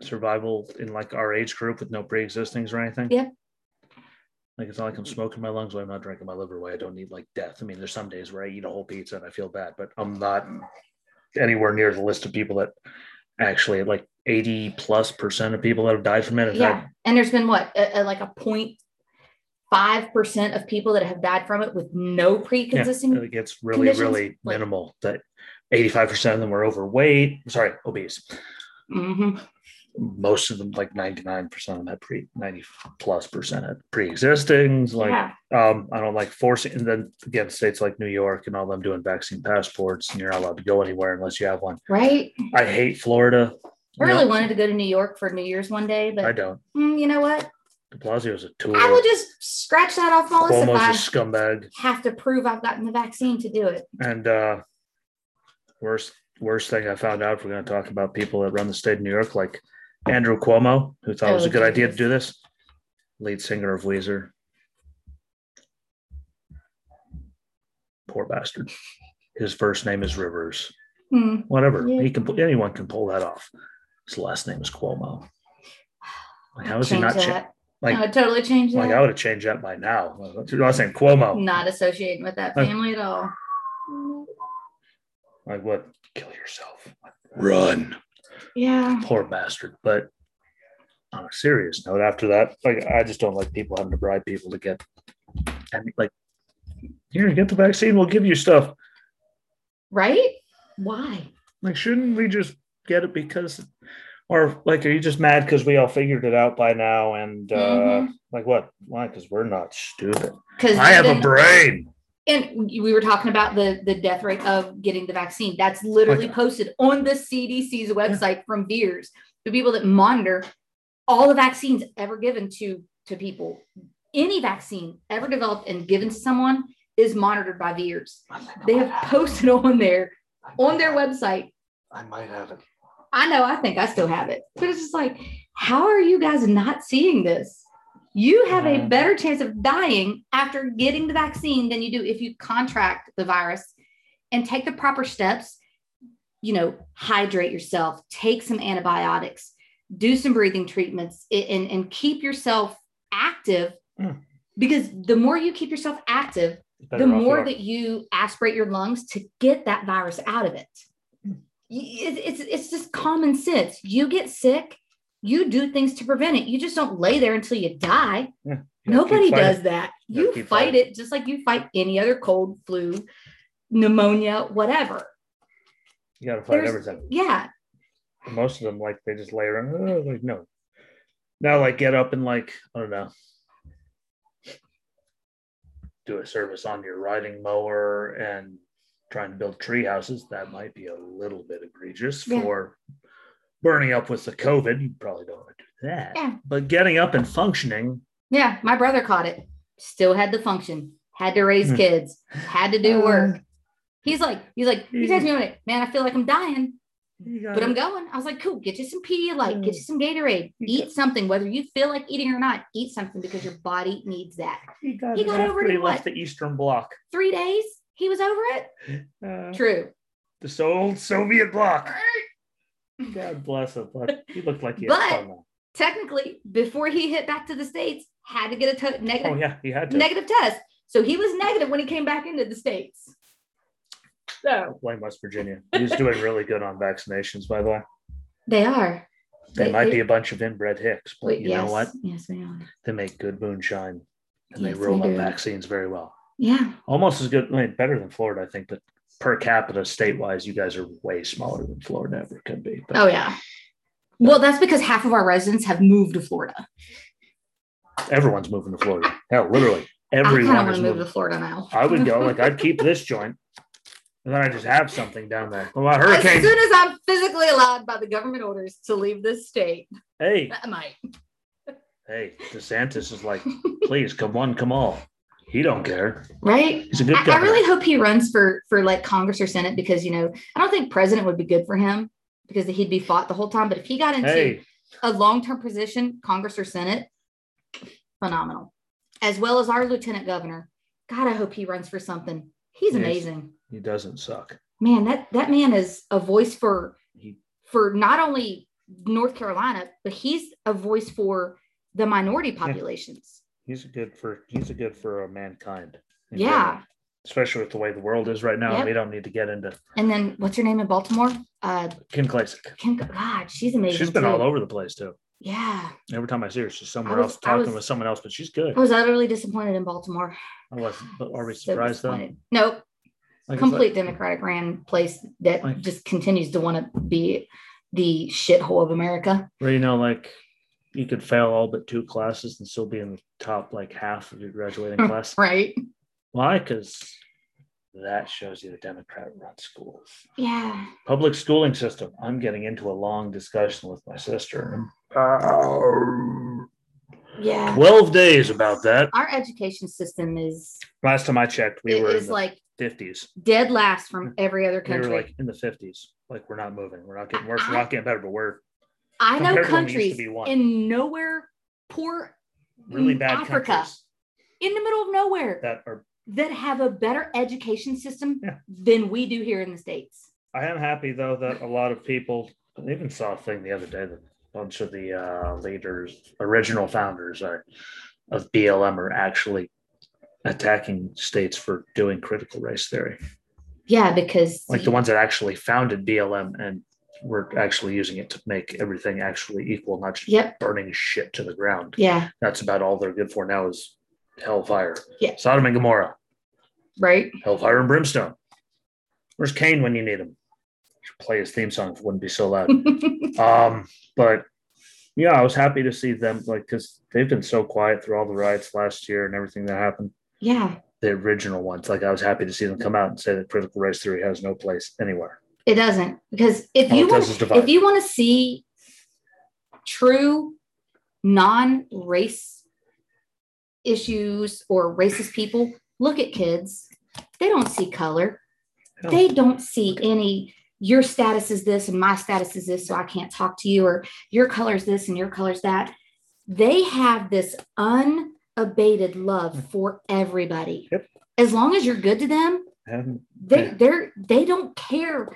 survival in like our age group with no pre-existings or anything. Yep. Like it's not like I'm smoking my lungs away. I'm not drinking my liver away. I don't need like death. I mean, there's some days where I eat a whole pizza and I feel bad, but I'm not anywhere near the list of people that actually like 80 plus percent of people that have died from it. In fact, Yeah, and there's been what a, a- like a point five percent of people that have died from it with no pre-existing. it gets really, conditions, really like- minimal that 85% of them were overweight, sorry, obese. Mhm. Most of them, like 99% of them had pre 90 plus percent had pre existings. Like, yeah, um, I don't like forcing, and then again, states like New York and all them doing vaccine passports, and you're not allowed to go anywhere unless you have one. right. I hate Florida. I really No, wanted to go to New York for New Year's one day, I but don't. mm, you know what? De Blasio's a tool. I will just scratch that off my list if I Cuomo's a scumbag. have to prove I've gotten the vaccine to do it. And uh worst worst thing I found out if we're gonna talk about people that run the state of New York, like Andrew Cuomo, who thought it was Oh, a good idea to Jesus. do this, lead singer of Weezer. Poor bastard. His first name is Rivers. Hmm. Whatever. Yeah. He can pu- anyone can pull that off. His last name is Cuomo. Like, how is he Change not cha- that. like- I would totally change like that. I would have changed that by now? What's your last name? Cuomo. Not associating with that Oh. family at all. Like what? Kill yourself. Run. Yeah. poor bastard. But on a serious note, after that, like I just don't like people having to bribe people to get, I mean, like, here, get the vaccine. We'll give you stuff. Right? Why? Like, shouldn't we just get it because, or like, are you just mad because we all figured it out by now? And uh, Mhm. like, what? Why? Because we're not stupid. Because I have a brain. and we were talking about the the death rate of getting the vaccine. That's literally posted on the CDC's website from Veers, the people that monitor all the vaccines ever given to to people. Any vaccine ever developed and given to someone is monitored by Veers. They have posted on there on their website. I might have it. I know, I think I still have it, but it's just like, how are you guys not seeing this? You have a Mhm. better chance of dying after getting the vaccine than you do if you contract the virus and take the proper steps. You know, hydrate yourself, take some antibiotics, do some breathing treatments, a- and, and keep yourself active. Mm. Because the more you keep yourself active, the more that you aspirate your lungs to get that virus out of it. Y- it- It's, it's just common sense. You get sick, you do things to prevent it. You just don't lay there until you die. Nobody does that. Yeah, You keep fight fighting. it just like you fight any other cold, flu, pneumonia, whatever. You got to fight There's- everything. Yeah. most of them like they just lay around "Oh," like no now like get up and like i don't know do a service on your riding mower and trying to build tree houses that might be a little bit egregious Yeah. for burning up with the covid you probably don't want to do that Yeah. but getting up and functioning Yeah. My brother caught it, still had the function, had to raise Hmm. kids, had to do work. Uh, He's like, he's like, he texts me, one day, man, I feel like I'm dying. you but gotta- I'm going. I was like, cool, get you some Pedialyte, get Uh-huh. Mm. you some Gatorade, Yeah. eat something, whether you feel like eating or not, eat something because your body needs that. he got, he it got after over to he left what? the eastern bloc Three days, he was over it. uh, True. the so- old soviet bloc god bless him but he looked like he But- had fun though. Technically, before he hit back to the States, had to get a to- negative, oh yeah he had to negative test. So he was negative when he came back into the States. So blame West Virginia. He's doing really good on vaccinations, by the way. they are. They They- might they- be a bunch of inbred hicks, but Wait, you yes. know what? Yes, they are. They make good moonshine and they Yes, roll they up do. vaccines very well. Yeah. Almost as good, I mean, better than Florida, I think, but per capita state wise, you guys are way smaller than Florida ever could be. But Oh, yeah. Well, that's because half of our residents have moved to Florida. everyone's moving to Florida. Hell, literally, I kind everyone is of want to move moving. to Florida now. I would go, like, I'd keep this joint and then I just have something down there. Well, a As hurricane. soon as I'm physically allowed by the government orders to leave this state, Hey, I might. hey, DeSantis is like, please come one, come all. He don't care. Right? He's a good I, I governor. really hope he runs for for like Congress or Senate because you know I don't think president would be good for him. because he'd be fought the whole time. But if he got into Hey, a long-term position, Congress or Senate, phenomenal. As well as our lieutenant governor. God, I hope he runs for something. He's Yes. amazing. he doesn't suck. Man, that that man is a voice for He- for not only North Carolina, but he's a voice for the minority populations. He's a good for he's a good for uh, mankind. in Yeah. general, especially with the way the world is right now. Yep. We don't need to get into And then what's her name in Baltimore? Uh Kim Klasick. Kim God, she's amazing. She's been too. all over the place too. Yeah. Every time I see her, she's somewhere I was- else talking I was- with someone else, but she's good. I was utterly disappointed in Baltimore. I was, but are we So surprised though? Like, disappointed. Nope. it's complete democratic ran place that Like- just continues to want to be the shithole of america Like, where you know, like you could fail all but two classes and still be in the top like half of your Mm. graduating class. right Why? Because that shows you the Democrat run schools. yeah Public schooling system. I'm getting into a long discussion with my sister. Uh, yeah 12 days about that. our education system is Last time I checked, we it were in is the like 50s. dead last from every other We were country Ah. like in the 50s. Like we're not moving. We're not getting worse. We're not getting better, but we're i know compared to when we used to countries be one. in nowhere poor really bad Mm, Africa. countries in the middle of nowhere that are. that have a better education system Yeah. than we do here in the states I am happy though that a lot of people I even saw a thing the other day that a bunch of the uh, leaders, original founders are, of BLM are actually attacking states for doing critical race theory. yeah because Like the ones that actually founded BLM and were actually using it to make everything actually equal, not just yep burning shit to the ground. yeah That's about all they're good for now is hellfire. Yeah. Sodom and Gomorrah, right hellfire and brimstone. Where's Cain when you need him? Should play his theme song if it wouldn't be so loud. um, but yeah, I was happy to see them like because they've been so quiet through all the riots last year and everything that happened. yeah The original ones, like I was happy to see them come out and say that critical race theory has no place anywhere. It doesn't because if All you it want does is divide. if you want to see true non-race issues or racist people, look at kids. They don't see color. No. They don't see any your status is this and my status is this so I can't talk to you or your color is this and your color's that. They have this unabated love for everybody. Yep. As long as you're good to them, And they Yeah. they're they don't care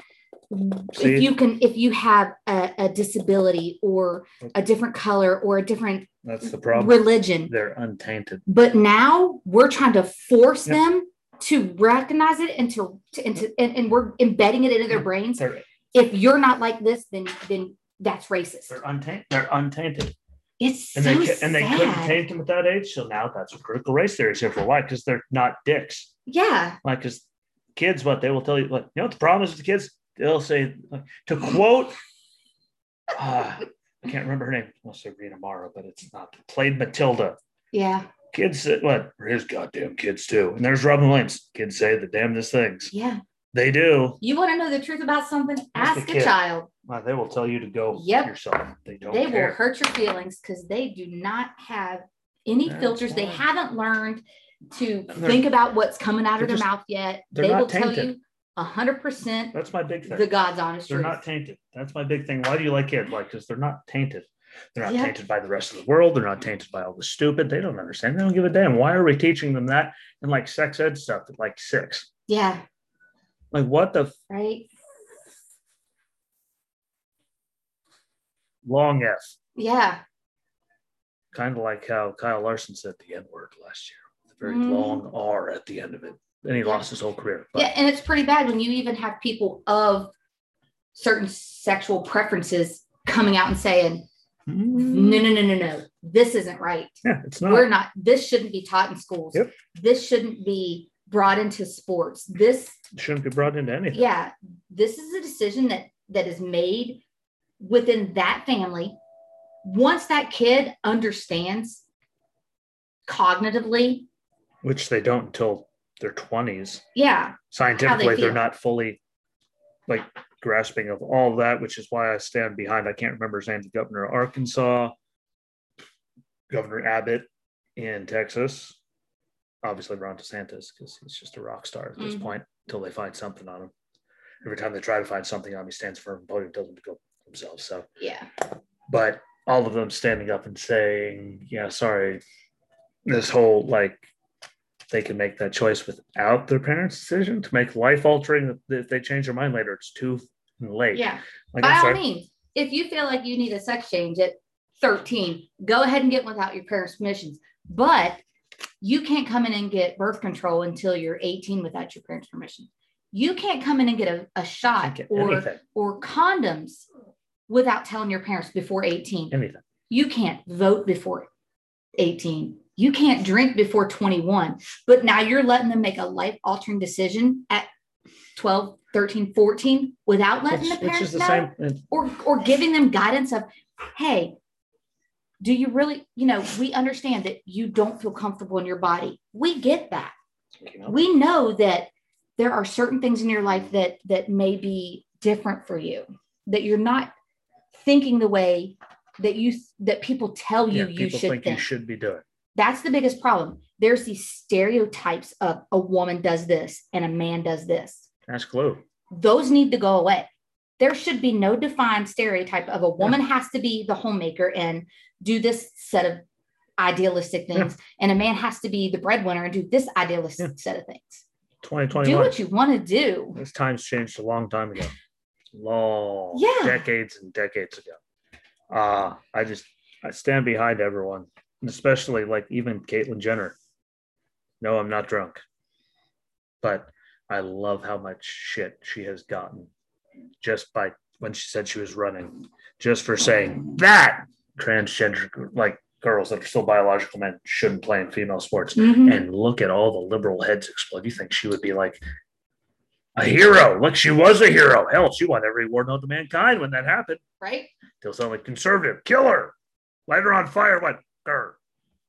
See? if you can if you have a, a disability or a different color or a different that's the Mm. problem. religion They're untainted. but now we're trying to force Yeah. them to recognize it and to, to, and, to and, and we're embedding it into their brains They're, if you're not like this then then that's racist they're untainted. They're untainted. it's And so they sad. and they couldn't taint them at that age. So now that's what critical race theory is here for. Why? Because they're not dicks. yeah like because kids what they will tell you like you know what the problem is with the kids they'll say like, to quote uh, i can't remember her name unless they're being amara but it's not played matilda yeah kids that what here's goddamn kids too and there's robin williams kids say the damnedest things yeah they do you want to know the truth about something Ask ask the a kid. child well, they will tell you to go Yep. yourself they don't they care will hurt your feelings because they do not have any That's filters. They fine. haven't learned to they're- think about what's coming out of they're their just- mouth yet. they're They not will tell tainted. you hundred percent that's my big thing the God's honest they're truth. not tainted that's my big thing why do you like kids like because they're not tainted they're not Yep. tainted by the rest of the world they're not tainted by all the stupid they don't understand they don't give a damn why are we teaching them that and like sex ed stuff at like six yeah, like what the f- right. long f Yeah. kind of like how kyle larson said the n word last year the very Mhm. long r at the end of it and he Yeah. lost his whole career but yeah. And it's pretty bad when you even have people of certain sexual preferences coming out and saying, Mm, no, no, no, no, no, this isn't right. yeah it's not we're not this shouldn't be taught in schools. Yep. This shouldn't be brought into sports. This it shouldn't be brought into anything yeah this is a decision that that is made within that family once that kid understands cognitively which they don't until their 20s yeah scientifically they feel. are not fully like grasping of all that which is why i stand behind i can't remember his name the governor of arkansas governor abbott in texas obviously ron desantis because he's just a rock star at this Mhm. point until they find something on him every time they try to find something on me, stands firm and podium doesn't go themselves. So, Yeah. but all of them standing up and saying, "Yeah, sorry," this whole like they can make that choice without their parents' decision to make life altering. If they change their mind later, it's too late. Yeah. Like, By I'm all sorry. means, if you feel like you need a sex change at 13, go ahead and get one without your parents' permissions. But you can't come in and get birth control until you're 18 without your parents' permission. You can't come in and get a, a I shot get or, anything, or condoms without telling your parents before 18. anything. You can't vote before 18. You can't drink before 21. But now you're letting them make a life altering decision at 12, 13, 14 without letting Which, the which parents is the know same. and or or giving them guidance of hey do you really you know we understand that you don't feel comfortable in your body we get that you know, we know that there are certain things in your life that that may be different for you that you're not thinking the way that you that people tell you yeah, you people should think think you should be doing. that's the biggest problem there's these stereotypes of a woman does this and a man does this That's glue. those need to go away. There should be no defined stereotype of a woman has to be the homemaker and do this set of idealistic things, and a man has to be the breadwinner and do this idealistic Yeah. set of things. Do 2021. what you want to do. This time's changed a long time ago. Long. Yeah. Decades and decades ago. Uh, I just, I stand behind everyone, and especially like even Caitlyn Jenner. No, I'm not drunk. But I love how much shit she has gotten just by when she said she was running, just for saying that transgender, like girls that are still biological men, shouldn't play in female sports Mhm. and look at all the liberal heads explode. You think she would be like a hero? Look, she was a hero. Hell, she won every award known to mankind when that happened. Right? Till someone conservative, kill her, light her on fire, what her?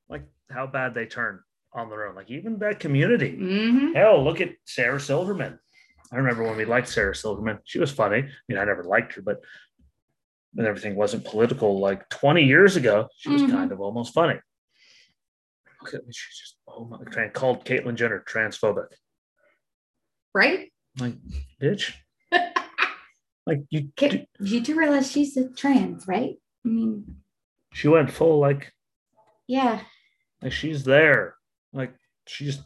Like how bad they turn on their own. Like even that community. hmm Hell, look at Sarah Silverman. I remember when we liked Sarah Silverman. She was funny. I mean, I never liked her, but when everything wasn't political, like 20 years ago, she was Mhm. kind of almost funny. Look at me. She's just, oh my, tran- called Caitlyn Jenner transphobic. Right? Like, bitch. like, you, Ca- You do realize she's a trans, right? I mean, she went full, like, yeah. like she's there. Like, she's,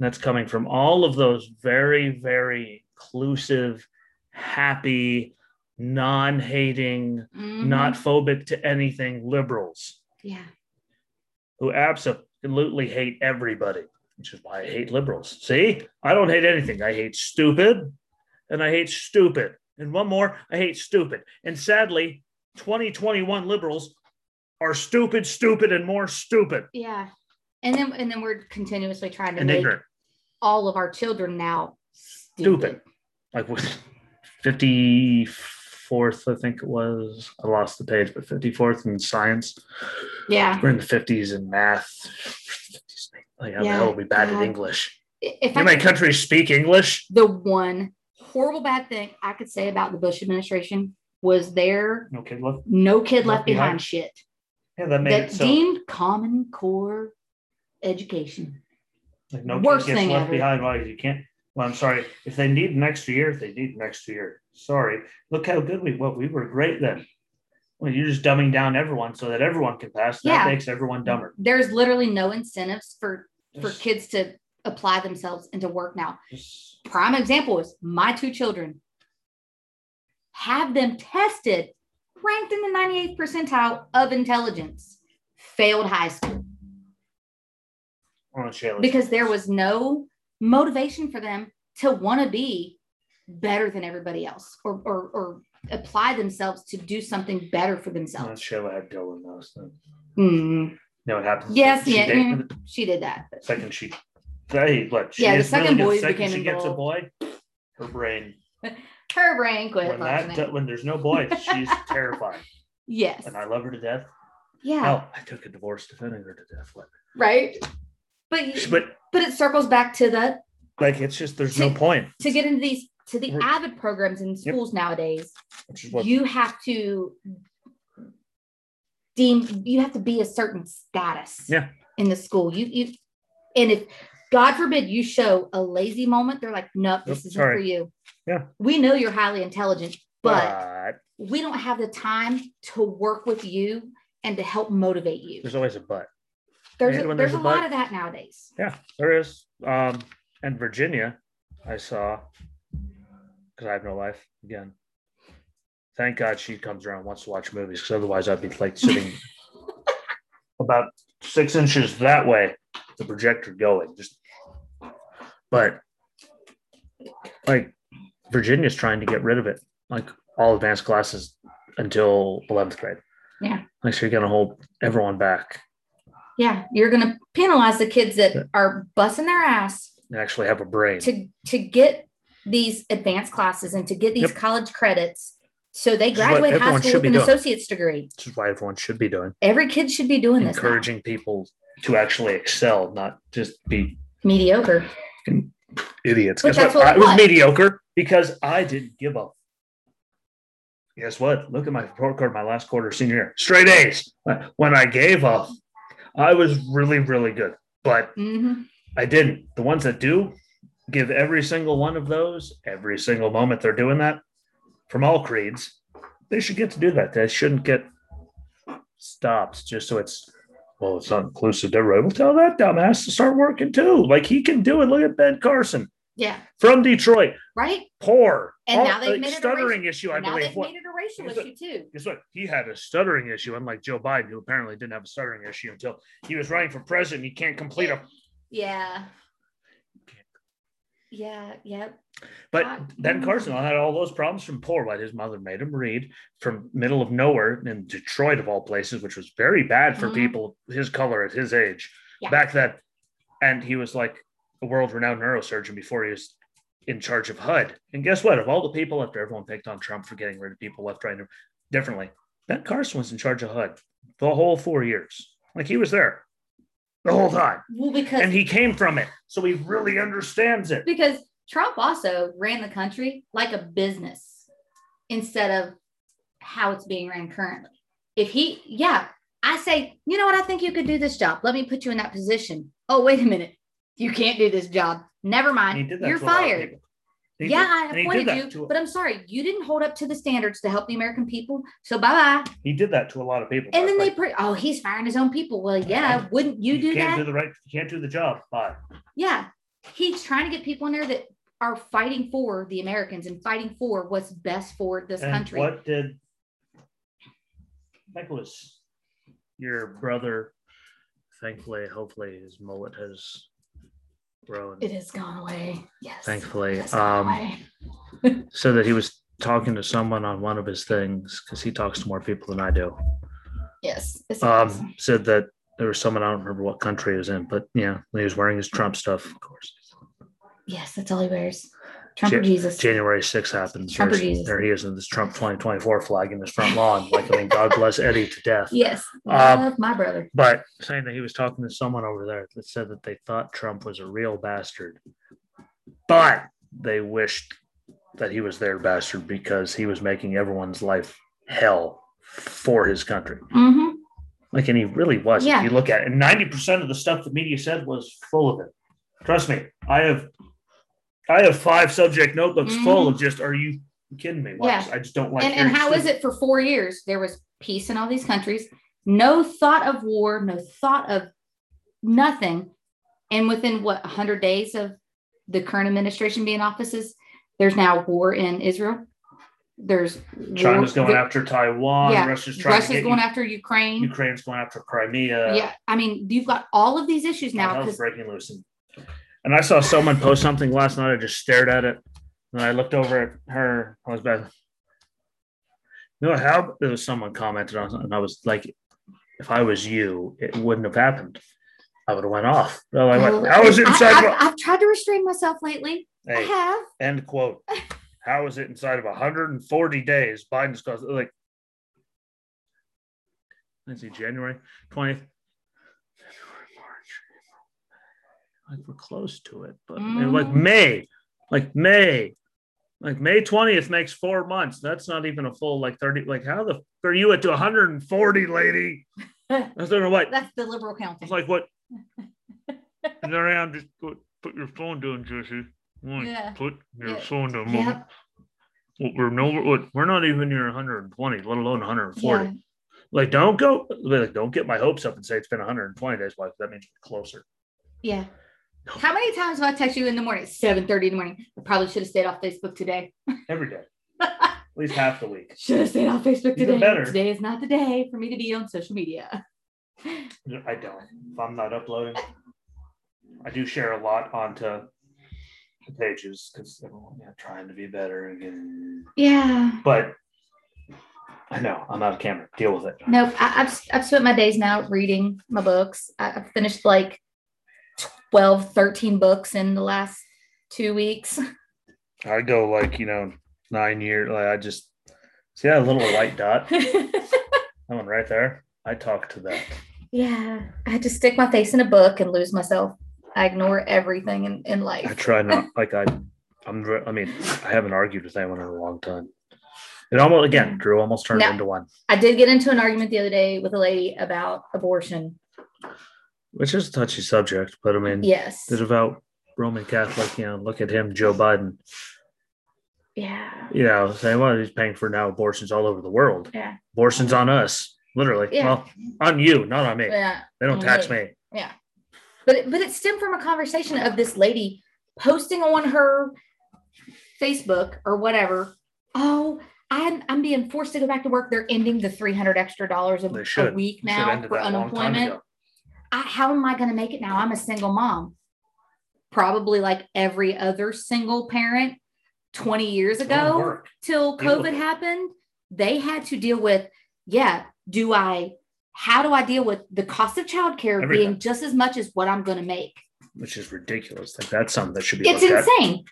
that's coming from all of those very, very inclusive, happy, non hating, Mhm. not phobic to anything liberals yeah. who absolutely hate everybody, which is why I hate liberals. See, I don't hate anything. I hate stupid and I hate stupid. And one more, I hate stupid. And sadly, 2021 liberals are stupid, stupid, and more stupid Yeah. And then and then we're continuously trying to and make ignorant. all of our children now Stupid. Like with 54th, I think it was. I lost the page, but 54th in science. Yeah. We're in the 50s in math. 50s, Like, how the Yeah, hell are we bad God. at English? if Do I my could, country speak English? the one horrible bad thing I could say about the Bush administration was their Okay, look. no Left kid left behind behind. shit Yeah, that made that it so deemed common core education. like, no worst kid gets thing left ever. behind. Why you can't? Well, I'm sorry. If they need an extra year, they need an extra year. Sorry. Look how good we well, we were great then. Well, you're just dumbing down everyone so that everyone can pass. That Yeah. makes everyone dumber. There's literally no incentives for for Just- kids to apply themselves into work now. just- Prime example is my two children. Have them tested, ranked in the 98th percentile of intelligence, failed high school. I wanna challenge you. because there was no motivation for them to want to be better than everybody else or, or, or apply themselves to do something better for I themselves. wanna Shayla had Dylan those. You Mm, know what happens? Yes, She yeah, date- mm. she did that. the second she, hey, look, she Yeah, the is really second good. boys second became she gets a involved. boy, her brain Her brain quit when that functioning. when there's no boys, she's terrified, Yes. and I Oh. love her to death. Yeah. Hell, I took a divorce defending her to death. Like, Right. But but but it circles back to the like, it's just there's no point. to get into these to the We're- avid programs in schools nowadays. Which is what you have to deem you have to be a certain status Yeah. in the school you you and if God forbid you show a lazy moment, they're like, nope, this Nope, isn't sorry. for you. Yeah. Ah. We know you're highly intelligent, but but we don't have the time to work with you and to help motivate you. there's always a but. There's Yeah, a, when there's there's a a lot but. of that nowadays. Yeah, there is. Um, and Virginia, I saw because I have no life again. Thank God she comes around and wants to watch movies because otherwise I'd be like sitting about six inches that way, the projector going. Just, but like Virginia's trying to get rid of it, like all advanced classes until eleventh grade. Yeah. like so you're gonna hold everyone back Yeah, you're going to penalize the kids Yeah. that are busting their ass and actually have a brain. to to get these advanced classes and to get these Yep. college credits so they Which is what graduate high everyone school should with be an doing. associate's degree. which is why everyone should be doing. Every kid should be doing this. now. encouraging people to actually excel, not just be Mediocre. idiots. But Guess that's what? what I was it was. mediocre because I didn't give up. Guess what? Look at my report card my last quarter senior year. Straight A's. When I gave up, I was really, really good. But Mhm. I didn't. The ones that do give every single one of those, every single moment they're doing that from all creeds, they should get to do that. They shouldn't get stopped just so it's, well, it's not inclusive to everybody. Well, tell that dumbass to start working too. Like he can do it. Look at Ben Carson Yeah. from Detroit, Right. poor. And All- now they've made it a stuttering issue, I now believe. they've What? made it a racial Is it- issue too. guess what? He had a stuttering issue, unlike Joe Biden, who apparently didn't have a stuttering issue until he was running for president. He can't complete a Yeah. Yeah. Yep. But I- Ben Carson had all those problems from poor white. His mother made him read from middle of nowhere in Detroit, of all places, which was very bad for Mhm. people his color at his age Yeah. back then. And he was like a world renowned neurosurgeon before he was in charge of HUD. And guess what? Of all the people, after everyone picked on Trump for getting rid of people left, right, and differently, Ben Carson was in charge of HUD the whole four years. Like he was there the whole time. Well, because And he came from it. So he really understands it. because Trump also ran the country like a business instead of how it's being ran currently. If he, yeah, I say, you know what, I think you could do this job. Let me put you in that position. Oh, wait a minute. You can't do this job. Never And he mind. did that You're to a lot of fired. people. He did- yeah, and he I did appointed that you, to a- but I'm sorry, you didn't hold up to the standards to help the American people. So bye bye. He did that to a lot of people. And then they, Like, pre- oh, he's firing his own people. Well, yeah, Um, wouldn't you, do can't that? do the right. You can't do the job. Bye. Yeah. He's trying to get people in there that are fighting for the Americans and fighting for what's best for this and country. what did Nicholas, your brother? Thankfully, hopefully, his mullet has grown. It has gone away. Yes. Thankfully, It has gone um, away. so that he was talking to someone on one of his things because he talks to more people than I do. Yes. It's awesome. Um, said that there was someone I don't remember what country he was in, but yeah, he was wearing his Trump stuff, of course. Yes. That's all he wears. Trump or Ja- Jesus. January 6th happens. Trump or there's- Jesus. There he is in this Trump 2024 flag in his front lawn. Like, I mean, God bless Eddie to death. yes. Um, love my brother. But saying that he was talking to someone over there that said that they thought Trump was a real bastard, but they wished that he was their bastard because he was making everyone's life hell for his country. hmm Like, and he really was. Yeah. If you look at it, and 90% of the stuff the media said was full of it. Trust me, I have I have five subject notebooks full of just are you kidding me? Why? Mm-hmm. Yeah. I just don't like And, and hearing how is stupid- it for four years? There was peace in all these countries, no thought of war, no thought of nothing. And within what, 100 days of the current administration being in offices, there's now war in Israel. There's China's war- going after Taiwan, Yeah. Russia's trying to Russia's get going U- after Ukraine. Ukraine's going after Crimea. yeah. I mean, you've got all of these issues Now now. hell's 'cause- breaking loose. And, and I saw someone post something last night. I just stared at it. And I looked over at her. I was back. You know how there was someone commented on something. And I was like, if I was you, it wouldn't have happened. I would have went off. No, I went, how is it inside I, of have I've tried to restrain myself lately. a I hey, have. end quote. How is it inside of 140 days? Biden's caused like let's see, January 20th. February, March, April. Like we're close to it, but and like Mhm. May, like May, like May 20th makes four months. That's not even a full like 30. Like, how the f- are you at to 140, lady? I don't know what That's the liberal counting. it's like what Larry, I'm just go, put your phone down, Jesse. Like, Yeah. Put your Yeah. phone down. Yeah. Well, We're no, look, we're not even near 120, let alone 140. Yeah. Like, don't go, like, don't get my hopes up and say it's been 120 days. Like, that means we're closer. Yeah. How many times have I text you in the morning? Seven thirty in the morning. I probably should have stayed off Facebook today. every day, at least half the week. Should have stayed off Facebook Even today. better. Today is not the day for me to be on social media. I don't. If I'm not uploading, I do share a lot onto the pages because everyone yeah, trying to be better again. Yeah. But I know I'm out of camera. Deal with it. Nope. I, I've I've spent my days now reading my books. I, I've finished like 12, 13 books in the last two weeks. I go like you know nine years. Like I just see that little white dot. That one right there. I talk to that. yeah. I had to stick my face in a book and lose myself. I ignore everything in, in I life. try not like I. I'm. re- I mean, I haven't argued with anyone in a long time. It almost again, Drew almost turned No. into one, I did get into an argument the other day with a lady about abortion. which is a touchy subject. But I mean, Yes. the devout Roman Catholic, you know, look at him, Joe Biden, Yeah. you know, saying, well, he's paying for now abortions all over the world. Yeah. Abortions on us, literally. Yeah. Well, on you, not on me. Yeah. They don't on tax me. me. But it, but it stemmed from a conversation of this lady posting on her Facebook or whatever. Oh, I'm I'm being forced to go back to work. They're ending the three hundred extra dollars a, They a should. week Should have now ended for that a long time unemployment. ago. I, how am I going to make it now? I'm a single mom. Probably like every other single parent 20 years Go to ago. work. till Deal with COVID it. happened, they had to deal with, yeah, do I, how do I deal with the cost of childcare Everything. being just as much as what I'm going to make? Which is ridiculous. Like that's something that should be It's looked at. insane.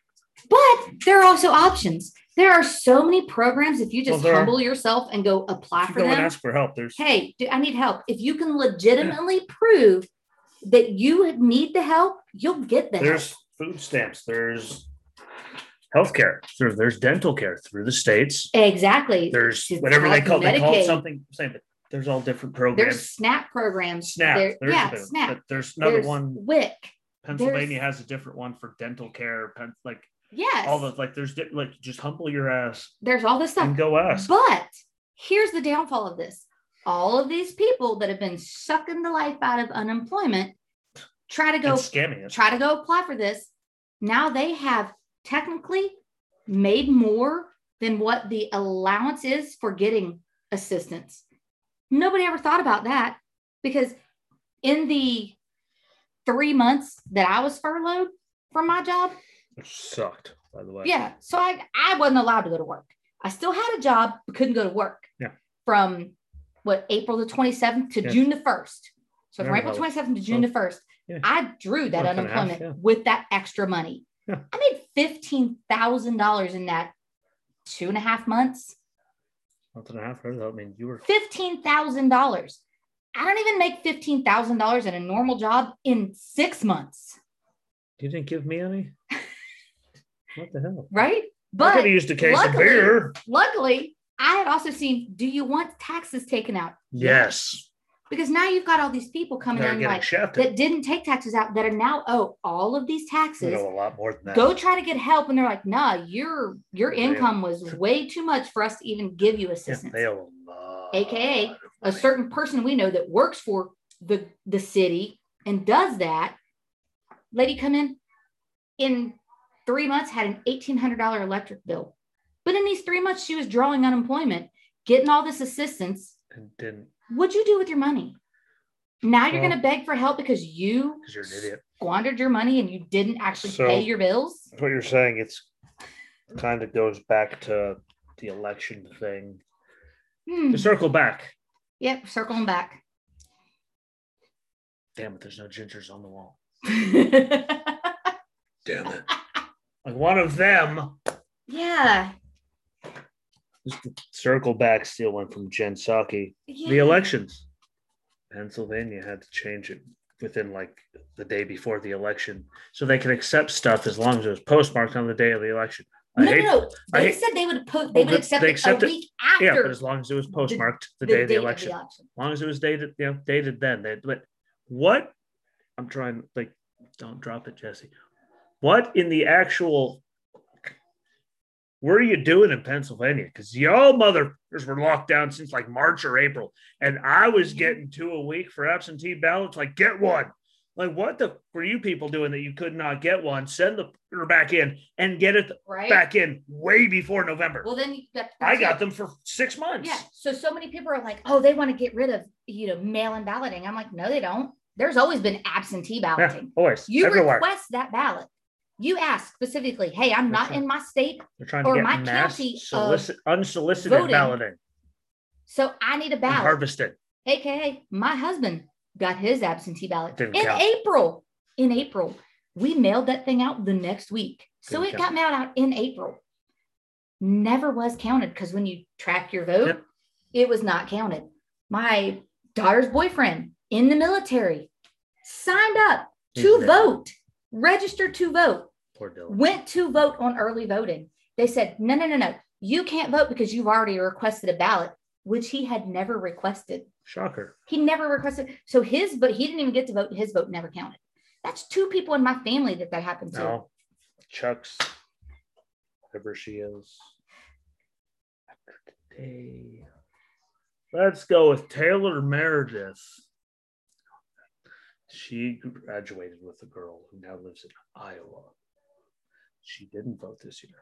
But there are also options. There are so many programs. If you Well, just there are. humble yourself and go apply If you for go and them, ask for help, there's hey, do, I need help. If you can legitimately prove that you need the help, you'll get the help. there's food stamps, there's healthcare, there, there's dental care through the states. Exactly. There's It's whatever they called call they call it Medicaid. something same, but there's all different There's programs. SNAP programs. SNAP. There- there's yeah, a- SNAP. but there's another There's one WIC. Pennsylvania There's- has a different one for dental care, pen, like Yes. all those, like there's di- like just humble your ass there's all this stuff. and go ask. But here's the downfall of this all of these people that have been sucking the life out of unemployment try to It's go scamming it. try to go apply for this. Now they have technically made more than what the allowance is for getting assistance. Nobody ever thought about that because in the three months that I was furloughed from my job, Which sucked, by the way. yeah. So I, I wasn't allowed to go to work. I still had a job, but couldn't go to work. Yeah. From what April the 27th to Yeah. June the 1st. So from Remember April how- 27th to June the 1st, Yeah. I drew that Month and a half, unemployment yeah. with that extra money. Yeah. I made $15,000 in that two and a half months. Month and a half. right? I mean, you were $15,000. I don't even make $15,000 in a normal job in six months, you didn't give me any. what the hell? right? I could But have used a case luckily- of beer. luckily, I had also seen, do you want taxes taken out? Yes. because now you've got all these people coming They're in getting like shafted. that didn't take taxes out that are now owe all of these We taxes. know a lot more than that. Go try to get help, and they're like, "Nah, your your Yeah. income was way too much for us to even give you Yeah, assistance." they owe a lot. AKA, of a money. certain person we know that works for the the city and does that. Lady come in in three months had an eighteen hundred dollar electric bill, but in these three months she was drawing unemployment, getting all this assistance, And didn't what'd you do with your money? Now you're Well- going to beg for help because you because you're an idiot. squandered your money and you didn't actually So- pay your bills. what you're saying it's kind of goes back to the election thing. Hmm. To circle back. Yep, circling back. Damn it, there's no gingers on the wall. yeah, Damn it. Like one of them. Circle back steal one from Jen Psaki. The yeah. elections. Pennsylvania had to change it within like the day before the election. So they can accept stuff as long as it was postmarked on the day of the election. I no, hate no, no. I They hate- said they would po- they Well, would they- accept, they it accept a it- week yeah, after but as long as it was the- postmarked the, the day of the date election. As long as it was dated, you know, dated then. They, but what I'm trying like Don't drop it, Jesse. What in the actual? What are you doing in Pennsylvania? Because y'all motherfuckers were locked down since like March or April, and I was getting two a week for absentee ballots. Like, get one. Like, what the were you people doing that you could not get one? Send the order back in and get it right? back in way before November. Well, then you got. I got them for six months. Yeah. So so many people are like, oh, they want to get rid of you know mail-in balloting. I'm like, no, they don't. There's always been absentee Yeah, balloting. always You everywhere. request that ballot. You ask specifically, hey, I'm not That's in my state, They're trying or to my get mass county of solicit, unsolicited voting balloting so I need a and ballot. harvested. AKA, my husband got his absentee ballot Didn't in count. April. In April, we mailed that thing out the next week. So Didn't it got mailed out in April. Never was counted because when you track your vote, Yep. it was not counted. My daughter's boyfriend in the military signed up He's to dead. vote, registered to vote Poor Dylan. went to vote on early voting. They said, no, no, no, no, you can't vote because you've already requested a ballot, which he had never requested. Shocker. He never requested. So his vote, he didn't even get to vote. His vote never counted. That's two people in my family that that happened to. No. Chuck's, whoever she is. After today. Let's go with Taylor Meredith. She graduated with a girl who now lives in Iowa. She didn't vote this year.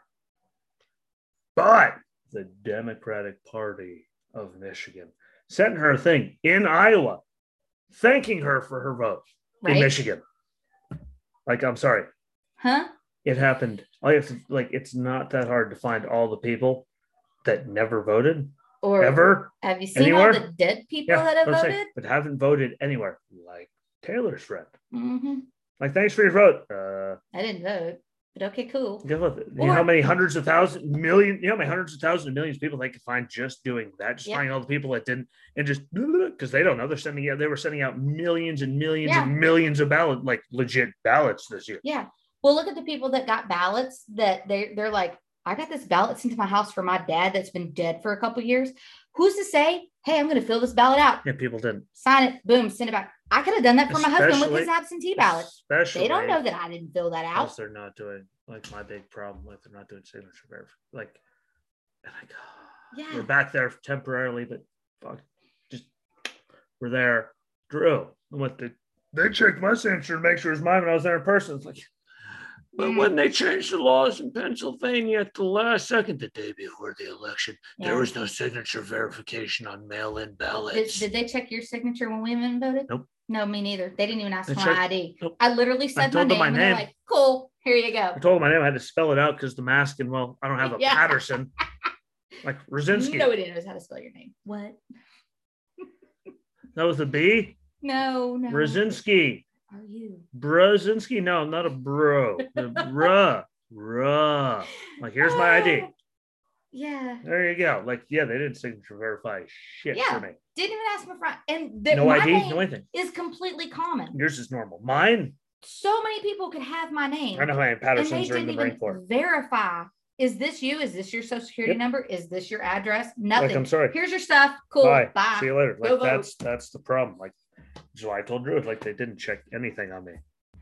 But the Democratic Party of Michigan sent her a thing in Iowa thanking her for her vote in right? Michigan. Like, I'm sorry, Huh? it happened. All you have to like, it's not that hard to find all the people that never voted Or ever. have you seen anywhere? all the dead people Yeah, that that's have what I'm saying, voted? but haven't voted anywhere. Like Taylor's friend. hmm Like, thanks for your vote. Uh, I didn't vote, but okay, cool. give up. You know how Or- many hundreds of thousands, million, you know how many hundreds of thousands of millions of people they could find just doing that, just Yeah. finding all the people that didn't, and just because they don't know they're sending out, they were sending out millions and millions and millions of ballot, like legit ballots this year. Yeah. Well, look at the people that got ballots that they they're like, I got this ballot sent to my house for my dad that's been dead for a couple years. Who's to say, hey, I'm going to fill this ballot out, Yeah, people didn't. sign it, boom, send it back. I could have done that for my husband with his Especially- absentee ballot. Especially They don't know that I didn't fill that out. Plus, they're not doing like my big problem. Like they're not doing signature verif Like, and like Yeah. we're back there temporarily, but fuck, just we're there. Drew, and what the they checked my signature to make sure it's mine when I was there in person. It's like, but Yeah. when they changed the laws in Pennsylvania at the last second, the day before the election, Yeah. there was no signature verification on mail-in Did, ballots. did they check your signature when we went and voted? Nope. No, me neither. They didn't even ask They for my checked- ID. Nope. I literally said my told name, them my and they're name. like, cool, here you go. I told him I didn't I had to spell it out because the mask and well, I don't have a Yeah. Patterson. Like Rosinski. Nobody knows how to spell your name. What? That was a B. No, no. Brzezinski. Are you? Brzezinski. No, I'm not a bro. The bruh. Bruh. Like, here's my ID. Ah, Yeah. There you go. Like, yeah, they didn't signature verify shit Yeah. for me. didn't even ask my friend. And the, no my ID, name no anything. is completely common. Yours is normal. Mine, So many people could have my name, I know how many and they Pattersons are in didn't the brain even for. verify: is this you? Is this your social security Yep. number? Is this your address? Like, Nothing. I'm sorry. Here's your stuff. Cool. Bye. Bye. See you later. Go Like, vote. that's that's the problem. Like, so I told Drew, like, they didn't check anything on me,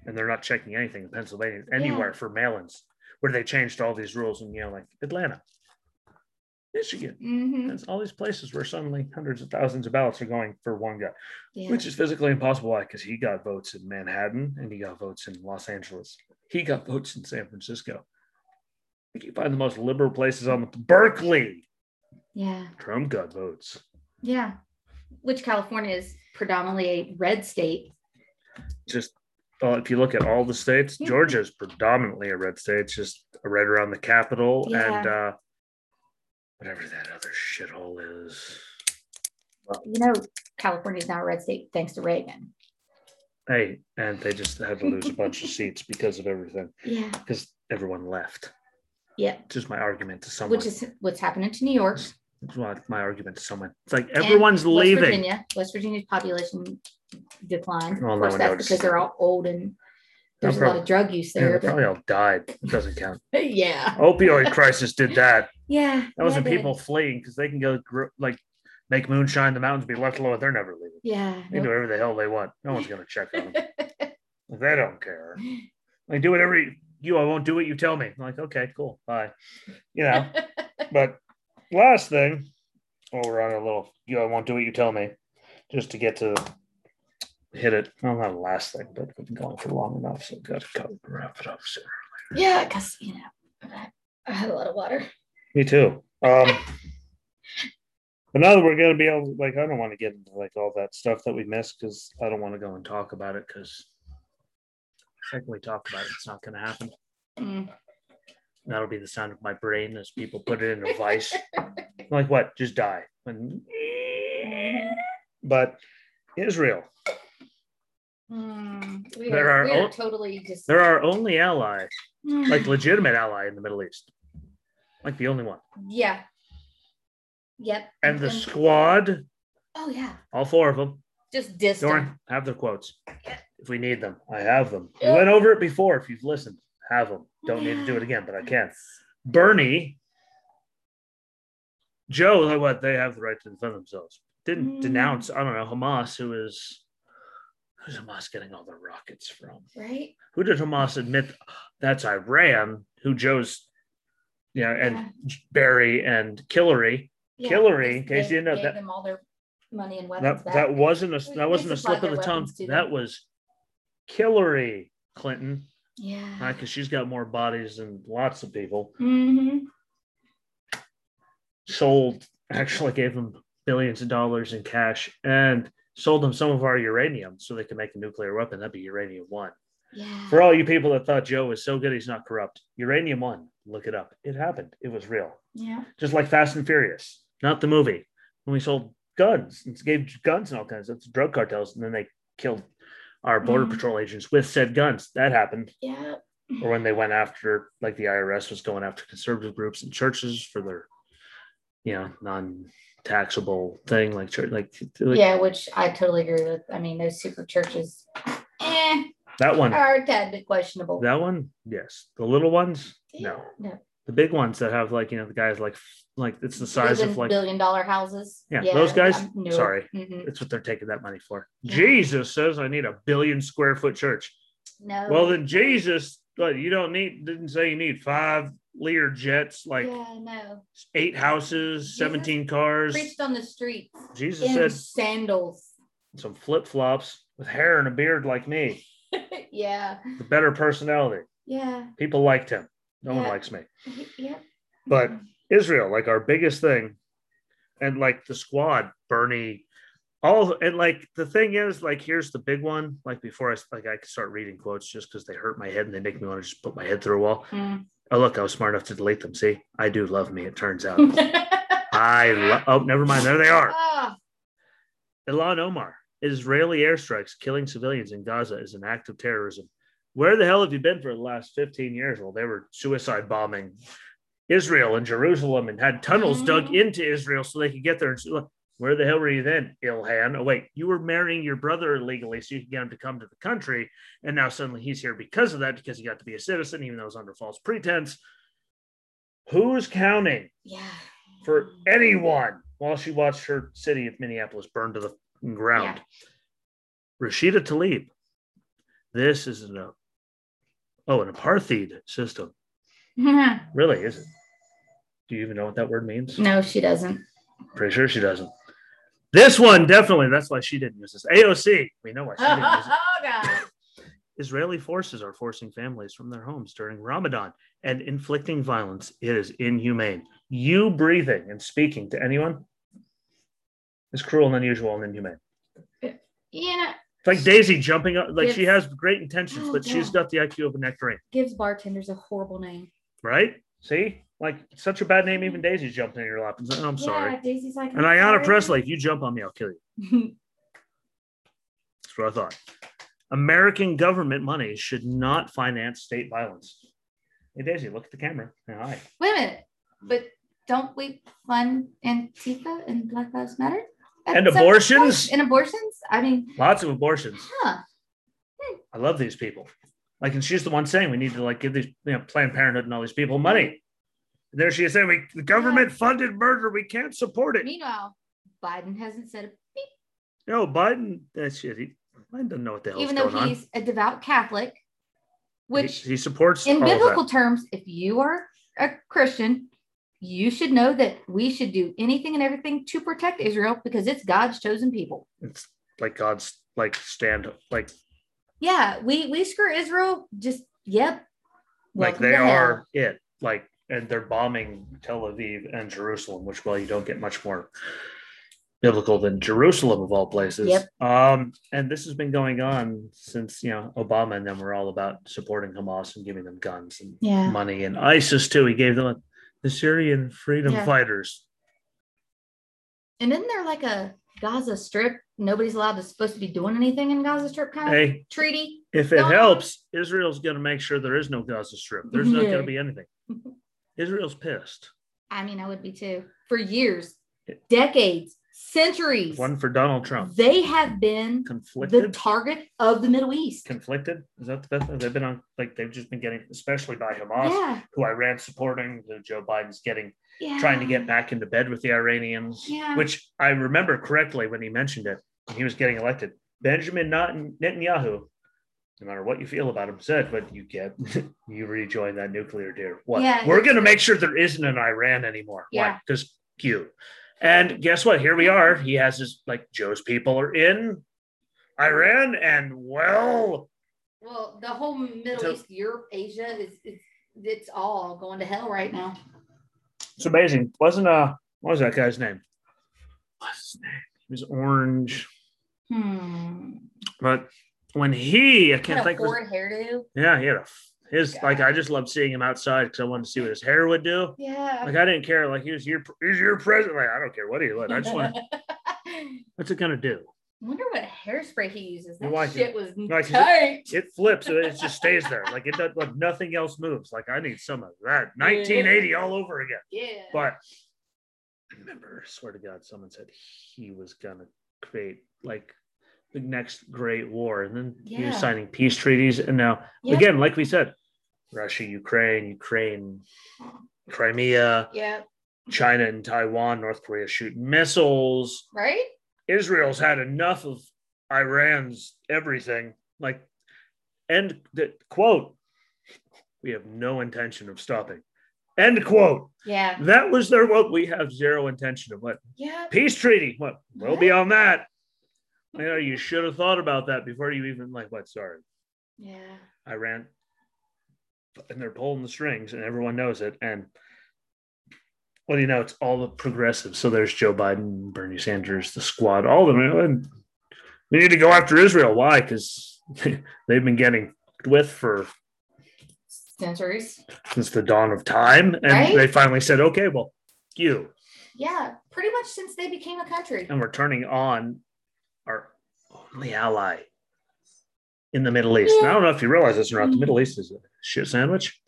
and they're not checking anything in Pennsylvania anywhere for mail-ins, where they changed all these rules, and you know, like Atlanta, Michigan. hmm That's all these places where suddenly hundreds of thousands of ballots are going for one guy, Yeah. which is physically impossible. Why? Because he got votes in Manhattan and he got votes in Los Angeles. He got votes in San Francisco. I think you find the most liberal places on the Berkeley. yeah. Trump got votes. Yeah. Which California is predominantly a red state. just well, if you look at all the states, Yeah. Georgia is predominantly a red state. It's just red around the capital and uh, whatever that other shithole is. Well, you know, California is now a red state thanks to Reagan. Hey, and they just had to lose a bunch of seats because of everything, Yeah. because everyone left. Yeah. Just my argument to someone. Which is what's happening to New York. It's not my argument to someone. It's like and everyone's West leaving. Virginia, West Virginia's population declined. Well, of no course, one that's noticed. because they're all old and there's a lot prob- of drug use Yeah, there. they probably all died. It doesn't count. but, yeah. Opioid crisis did that. Yeah. That wasn't yeah, they- people fleeing because they can go gr- like make moonshine in the mountains, be left alone. They're never leaving. Yeah. They no- do whatever the hell they want. No one's going to check on them. They don't care. Like do whatever you, you I won't do what you tell me. I'm like, okay, cool. Bye. You know. but last thing, well, we're on a little you I won't do what you tell me, just to get to hit it. Well, not last thing, but we've been going for long enough, so gotta go wrap it up soon. yeah, because you know, I, I had a lot of water. Me too. Um But now that we're gonna be able, like, I don't want to get into like all that stuff that we missed because I don't want to go and talk about it because we talk about it, it's not gonna happen. Mm. That'll be the sound of my brain as people put it in a vice. like what? Just die. And, but Israel, Mm. We There are, are we are al- totally just they're our only ally, Mm. like legitimate ally in the Middle East. Like the only one. yeah, yep. And the squad, oh yeah, all four of them. just dissed Doran, him. have their quotes. If we need them, I have them. We went over it before. If you've listened, have them. Don't need to do it again, but I can. Bernie, Joe, like what they have the right to defend themselves. Didn't Mm. denounce, I don't know, Hamas, who is who's Hamas getting all the rockets from? right? Who did Hamas admit that's Iran? Who Joe's, you know, and Yeah. Barry and Hillary. Yeah, Hillary, in just case gave- you didn't know, gave that- them all their money and weapons That, back. that wasn't We- a that we wasn't a supplied slip of their the tongue. weapons to them. That was Hillary Clinton, yeah. right? Because she's got more bodies than lots of people. hmm Sold actually gave them billions of dollars in cash and sold them some of our uranium so they could make a nuclear weapon. That'd be uranium one. Yeah. For all you people that thought Joe was so good he's not corrupt, uranium one. Look it up. It happened. It was real. yeah. Just like Fast and Furious, not the movie. When we sold guns and gave guns and all kinds of drug cartels, and then they killed our border Mhm. patrol agents with said guns. That happened. Yeah. Or when they went after, like the IRS was going after conservative groups and churches for their, you know, non-taxable thing, like church, like, like Yeah, which I totally agree with. I mean, those super churches eh, that one. are a tad bit questionable. That one, yes. The little ones, Yeah, no. no. The big ones that have like you know the guys like like it's the size Billion- of like billion dollar houses. Yeah, those guys, I'm- no. sorry. Mhm. That's what they're taking that money for. Yeah. Jesus says I need a billion square foot church. No. Well, then Jesus, like, you don't need, didn't say you need five Lear jets, like yeah, no. eight houses, Jesus 17 cars. Preached on the streets Jesus in said sandals. some flip flops with hair and a beard like me, yeah. the better personality. Yeah. People liked him. No one Yeah. likes me. Yeah. But Israel, like our biggest thing, and like the squad, Bernie, all and like the thing is, like here's the big one. Like before I like I could start reading quotes just because they hurt my head and they make me want to just put my head through a wall. Mm. Oh look, I was smart enough to delete them. See, I do love me. It turns out I lo- oh never mind. There they are. Ah, Ilan Omar, Israeli airstrikes killing civilians in Gaza is an act of terrorism. Where the hell have you been for the last 15 years? Well, they were suicide bombing Israel and Jerusalem and had tunnels dug Mhm. into Israel so they could get there. And su- where the hell were you then, Ilhan? Oh, wait, you were marrying your brother illegally so you could get him to come to the country. And now suddenly he's here because of that, because he got to be a citizen, even though it was under false pretense. Who's counting? yeah. for anyone while she watched her city of Minneapolis burn to the f***ing ground. Rashida Tlaib. This is an uh, oh an apartheid system. no, Really, is it? Do you even know what that word means? she doesn't. Pretty sure she doesn't. This one definitely. That's why she didn't use this. AOC. We know why she Oh, didn't use it. God. Israeli forces are forcing families from their homes during Ramadan and inflicting violence. It is inhumane. You breathing and speaking to anyone is cruel and unusual and inhumane. You know, It's like Daisy jumping up, like she Yes. has great intentions, Oh, but she's got the IQ of a nectarine, gives bartenders a horrible name. right? See, like such a bad name, even Daisy jumped in your lap and said, I'm sorry. Yeah, Daisy's like, And Ayanna Presley, if you jump on me, I'll kill you. Presley. That's what I thought. American government money should not finance state violence. Hey, Daisy, look at the camera. Say Hi. Wait a minute. But don't we fund Antifa and Black Lives Matter? At And some abortions? point? And abortions? I mean, Lots of abortions. huh. I love these people. Like, and she's the one saying we need to like give these, you know, Planned Parenthood and all these people money. And there she is saying we the government funded murder. We can't support it. Meanwhile, Biden hasn't said a peep. No, Biden. That shit. He, Biden doesn't know what the hell even is though going he's a devout Catholic, on. He- which he, supports in all of biblical terms, if you are a Christian, you should know that we should do anything and everything to protect Israel because it's God's chosen people. that. It's like God's like stand like Yeah, we we screw Israel. Just yep. like Welcome they to hell. are it like and they're bombing Tel Aviv and Jerusalem, which well you don't get much more biblical than Jerusalem of all places. Yep. Um, and this has been going on since you know Obama and them were all about supporting Hamas and giving them guns and Yeah. money and ISIS too. He gave them the Syrian freedom Yeah. fighters. And isn't there like a Gaza Strip? Nobody's allowed to supposed to be doing anything in Gaza Strip kind of Hey, treaty. if it No. helps, Israel's going to make sure there is no Gaza Strip. There's not Yeah. going to be anything. Israel's pissed. I mean, I would be too. For years, Yeah. decades, centuries, One for Donald Trump. they have been the Conflicted. target of the Middle East. conflicted. Is that the best? one? They've been on like they've just been getting, especially by Hamas, Yeah. who Iran's supporting. Who Joe Biden's getting Yeah. trying to get back into bed with the Iranians, Yeah. which I remember correctly when he mentioned it when he was getting elected. Benjamin Not- Netanyahu, no matter what you feel about him, said, "But you get you rejoin that nuclear deal. What? Yeah, We're he- going to make sure there isn't an Iran anymore. Yeah. Because you." And guess what? Here we are. He has his like Joe's people are in Iran, and well, Well, the whole Middle So- East, Europe, Asia is it's, it's all going to hell right now. It's amazing. Wasn't uh what was that guy's name? What's his name? He was orange. Hmm. But when he I can't Had a think of his- forward hairdo. Yeah, he had a his God. like I just loved seeing him outside because I wanted to see what his hair would do. Yeah. Like I didn't care. Like he was your he's your president. Like I don't care what he looked. I just want what's it gonna do? Wonder what hairspray he uses. You That like shit was Like, is it- tight. It flips and it just stays there. Like it does like nothing else moves. Like I need some of that. 1980 all over again. Yeah. But I remember, swear to God, someone said he was gonna create like the next great war, and then he Yeah. was signing peace treaties. And now, Yeah. again, like we said, Russia, Ukraine, Ukraine, Crimea, yeah. China, and Taiwan, North Korea shooting missiles. Right. Israel's had enough of Iran's everything. Like, end the quote. We have no intention of stopping. End quote. Yeah. That was their what we have zero intention of what Yeah. peace treaty. What we'll What? be on that. You know, you should have thought about that before you even like what. Sorry, Yeah. Iran, and they're pulling the strings, and everyone knows it. And what do you know? It's all the progressives. So there's Joe Biden, Bernie Sanders, the squad, all of them. And we need to go after Israel. Why? Because they've been getting with for Centuries. since the dawn of time, and Right? they finally said, "Okay, well, you." Yeah. Pretty much since they became a country. and we're turning on our only ally in the Middle East. And I don't know if you realize this or not. The Middle East is a shit sandwich.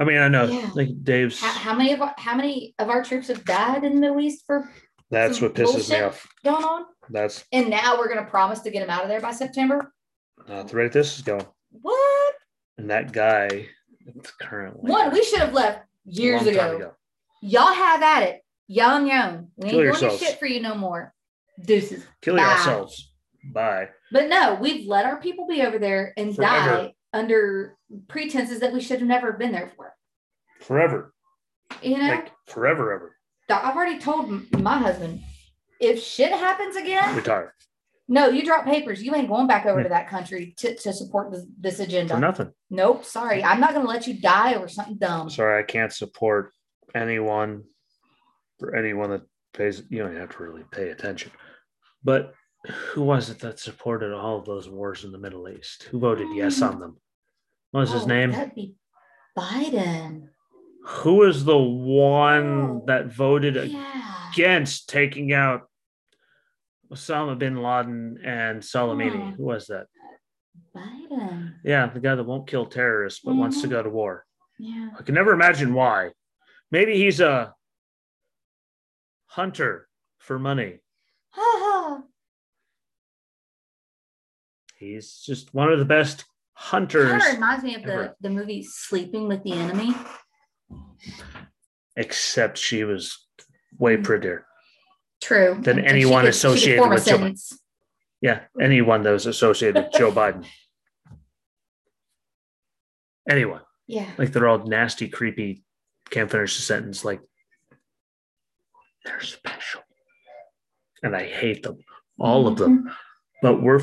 I mean, I know, Yeah. like Dave's. How, how many of our, how many of our troops have died in the Middle East for That's what pisses me bullshit. off. going on? That's And now we're gonna promise to get them out of there by September. not the rate this is going. Oh What? And that guy, it's currently One, we should have left years long ago. time Y'all have at it. Young, young. We ain't Kill doing yourselves. this shit for you no more. Deuces. Kill Bye. yourselves. Bye. But no, we've let our people be over there and Forever. die under pretenses that we should have never been there for. Forever. You know, Like forever, ever. I've already told m- my husband if shit happens again, Retire. No, you drop papers. You ain't going back over to that country to, to support this, this For agenda. nothing. nope, sorry. I'm not going to let you die over something dumb. I'm sorry, I can't support anyone for anyone that pays. You don't have to really pay attention. But who was it that supported all of those wars in the Middle East? Who voted yes on them? What was his Oh, name? That'd be Biden. Who was the one Oh, that voted Yeah. against taking out Osama bin Laden and Soleimani? Hmm. Who was that? Biden. Yeah, the guy that won't kill terrorists but wants to Mhm. go to war. Yeah. I can never imagine why. Maybe he's a hunter for money. Ha ha. He's just one of the best hunters, Kind of reminds me of the, ever. the movie Sleeping with the Enemy. except she was way Mhm. prettier. True. Than And- and she anyone could- she could associated form a with Joe Biden. sentence. Yeah, anyone that was associated with Joe Biden. Anyone. Yeah. Like they're all nasty, creepy, can't finish the sentence. Like they're special. And I hate them, all of Mm-hmm. them. But we're,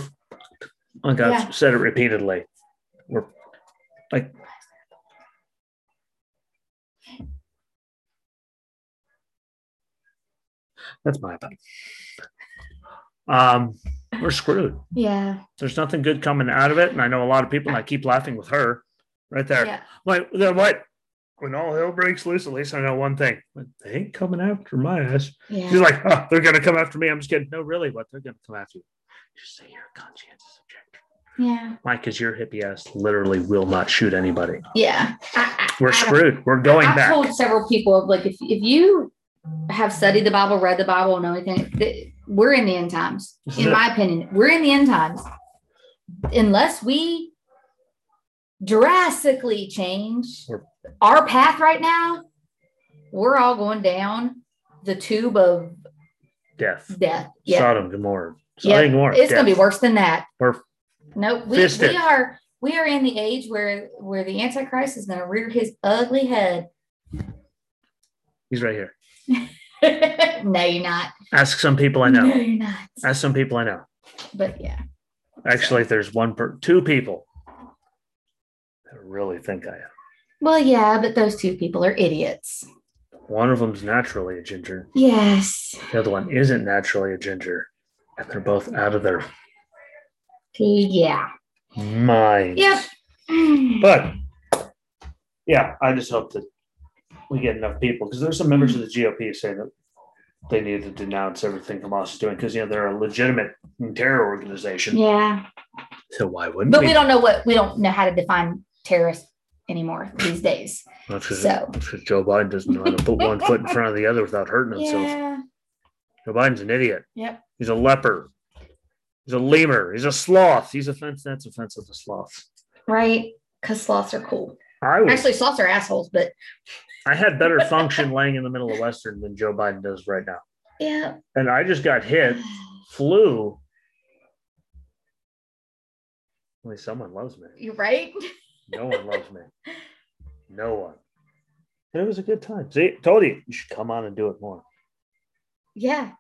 like I've Yeah. said it repeatedly, we're like, that's my opinion. Um, we're screwed. Yeah. There's nothing good coming out of it. And I know a lot of people, and I keep laughing with her right there. Yeah. Like, then what? When all hell breaks loose, at least I know one thing. They ain't coming after my ass. Yeah. She's like, oh, they're going to come after me. I'm just kidding. No, really, what? They're going to come after you. Just say you're a conscientious objector. yeah. Why? Because your hippie ass literally will not shoot anybody. Yeah. I, I, We're I- screwed. We're going I've back. told several people of like if, if you have studied the Bible, read the Bible, and everything, th- we're in the end times. This is In it. my opinion, we're in the end times unless we drastically change We're- our path. Right now, we're all going down the tube of Death. death. Yeah, Sodom, Gomorrah. Yeah. Sodom, Gomorrah. it's death. gonna be worse than that. We're- Nope, we, Fist we it. are we are in the age where where the Antichrist is gonna rear his ugly head. He's right here. no, you're not. Ask some people I No, know. you're not. Ask some people I know. But yeah. Actually, there's one per two people that really think I am. Well, yeah, but those two people are idiots. One of them's naturally a ginger. Yes. The other one isn't naturally a ginger, and they're both out of their Yeah. minds. Yep. But yeah, I just hope that we get enough people because there's some members of the GOP saying that they need to denounce everything Hamas is doing because you know they're a legitimate terror organization. Yeah. So why wouldn't But we don't know what we don't know how to define terrorist anymore these days. That's just, So that's just Joe Biden doesn't know how to put one foot in front of the other without hurting himself. yeah. Joe Biden's an idiot. Yep. He's a leper. He's a lemur. He's a sloth. He's offense. That's offensive to sloths. Right. Cause sloths are cool. I was. Actually, sloths are assholes, but I had better function laying in the middle of Western than Joe Biden does right now. yeah. And I just got hit, flew. Only someone loves me. You're right. No one loves me. No one. And it was a good time. See, told you, you should come on and do it more. Yeah.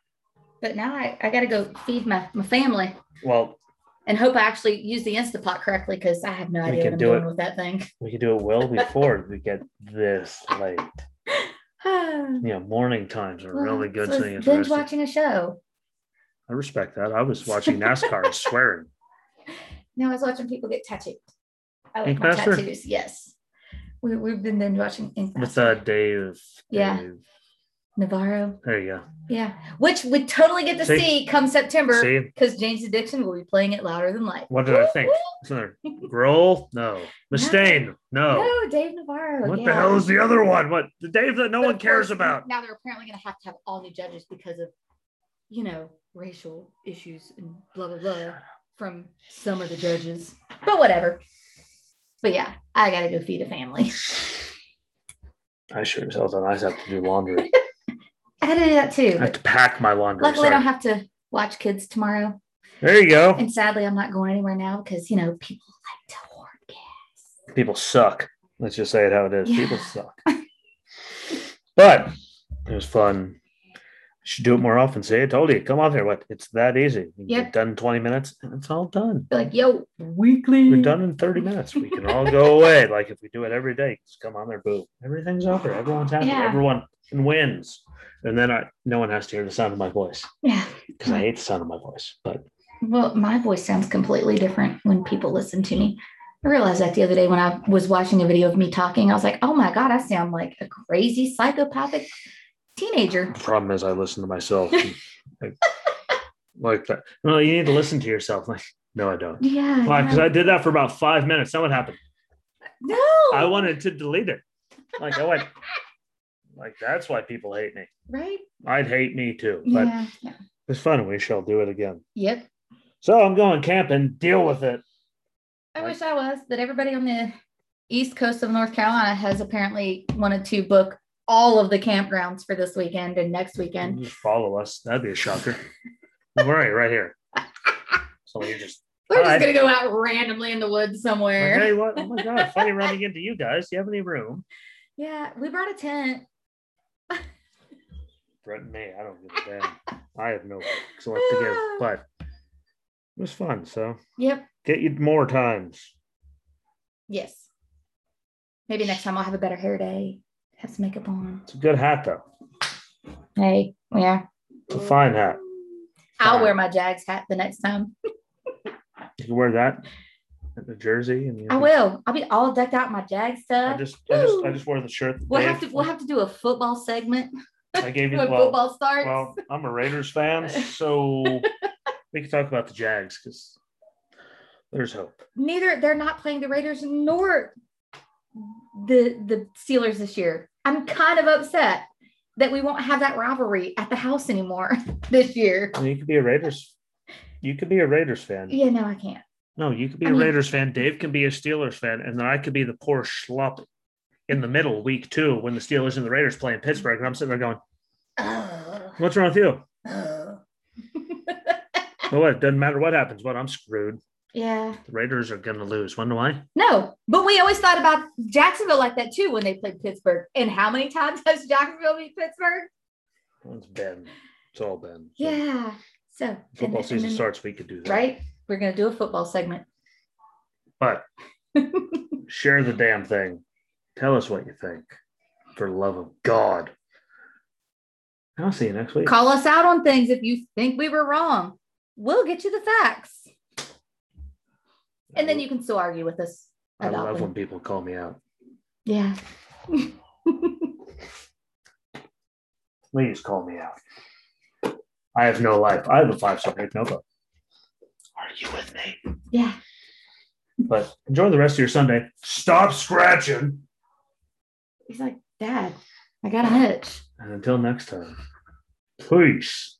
But now I, I gotta go feed my, my family Well, and hope I actually use the Instapot correctly because I have no We idea can what I'm do doing it. with that thing. we could do it well before we get this late. You know, morning times are really good. So So it's binge interesting. watching a show. I respect that. I was watching NASCAR and swearing. No, I was watching people get tattooed. I like Ink my Master? tattoos. Yes. We, we've been binge watching Ink With Master. uh, Dave. Yeah. Dave- Navarro. There you Yeah. Which we totally get to See? see, come go. September See? because Jane's Addiction will be playing it louder than life. What did I think? What's another? Grohl? No. Mustaine? No. No, Dave Navarro. Oh. What the yeah. hell is the other one? What? The Dave that no But one of cares course, about. Now they're apparently going to have to have all new judges because of, you know, racial issues and blah, blah, blah from some of the judges. But whatever. But yeah, I got to go feed a family. I sure as hell don't. I just have to do laundry. I got to do that too. I have to pack my laundry. Luckily, I sorry. don't have to watch kids tomorrow. There you go. And sadly, I'm not going anywhere now because, you know, people like to hoard gas. People suck. Let's just say it how it is. Yeah. People suck. But it was fun. Should do it more often. See, I told you. Come on here. What? It's that easy. You Yep. get done in 20 minutes and it's all done. They're like, yo, weekly. We're done in 30 minutes. We can all go away. Like if we do it every day, just come on there, boo. Everything's over. Everyone's happy. Yeah. Everyone wins. And then I, no one has to hear the sound of my voice Yeah. because I hate the sound of my voice. But Well, my voice sounds completely different when people listen to me. I realized that the other day when I was watching a video of me talking. I was like, oh my God, I sound like a crazy psychopathic teenager. the problem is, I listen to myself. and, like, like that. No, you need to listen to yourself. Like, no, I don't. Yeah. Why? Because yeah. I did that for about five minutes. That what happened. no. I wanted to delete it. Like, I went, like, that's why people hate me. right? I'd hate me too. But yeah. yeah. it's fun. We shall do it again. Yep. So I'm going camping. Deal with it. I Right. wish I was, but everybody on the east coast of North Carolina has apparently wanted to book all of the campgrounds for this weekend and next weekend. Just follow us. That'd be a shocker. Don't worry, right here. So you're just We're just Alright. gonna go out randomly in the woods I somewhere. tell you what, oh my god, funny running into you guys. Do you have any room? Yeah, we brought a tent. Threaten me. I don't give a damn. I have no fucks left to give. But it was fun. So Yep. get you more times. Yes. Maybe next time I'll have a better hair day. Have some makeup on. It's a good hat though. Hey, yeah. It's a fine hat. I'll Fine. wear my Jags hat the next time. You can wear that at the jersey and you I will. I'll be all decked out in my Jag I stuff. just I just I just wore the shirt. that we'll Dave- have to we'll have to do a football segment I gave you when well, football starts. well, I'm a Raiders fan, so we can talk about the Jags because there's hope. Neither they're not playing the Raiders nor the the Steelers this year. I'm kind of upset that we won't have that rivalry at the house anymore this year. And you could be a Raiders. You could be a Raiders fan. Yeah, no, I can't. No, you could be I a mean- Raiders fan. Dave can be a Steelers fan, and then I could be the poor schlub in the middle week two when the Steelers and the Raiders play in Pittsburgh, and I'm sitting there going, Ugh, "What's wrong with you? ugh. Well, what? Doesn't matter what happens. What? I'm screwed. Yeah. The Raiders are going to lose. When do I? No, but we always thought about Jacksonville like that too when they played Pittsburgh. And how many times has Jacksonville beat Pittsburgh? Well, it's Ben. It's all Ben. So Yeah. So and then- Football and season then- starts. We could do that. right? We're gonna do a football segment. But share the damn thing. Tell us what you think. For love of God. I'll see you next week. Call us out on things if you think we were wrong. We'll get you the facts, and then you can still argue with us I about love them. when people call me out. Yeah. Please call me out. I have no life. I have a five star nova. Are you with me? Yeah. But enjoy the rest of your Sunday. Stop scratching. He's like, Dad, I got a hitch. And until next time, peace.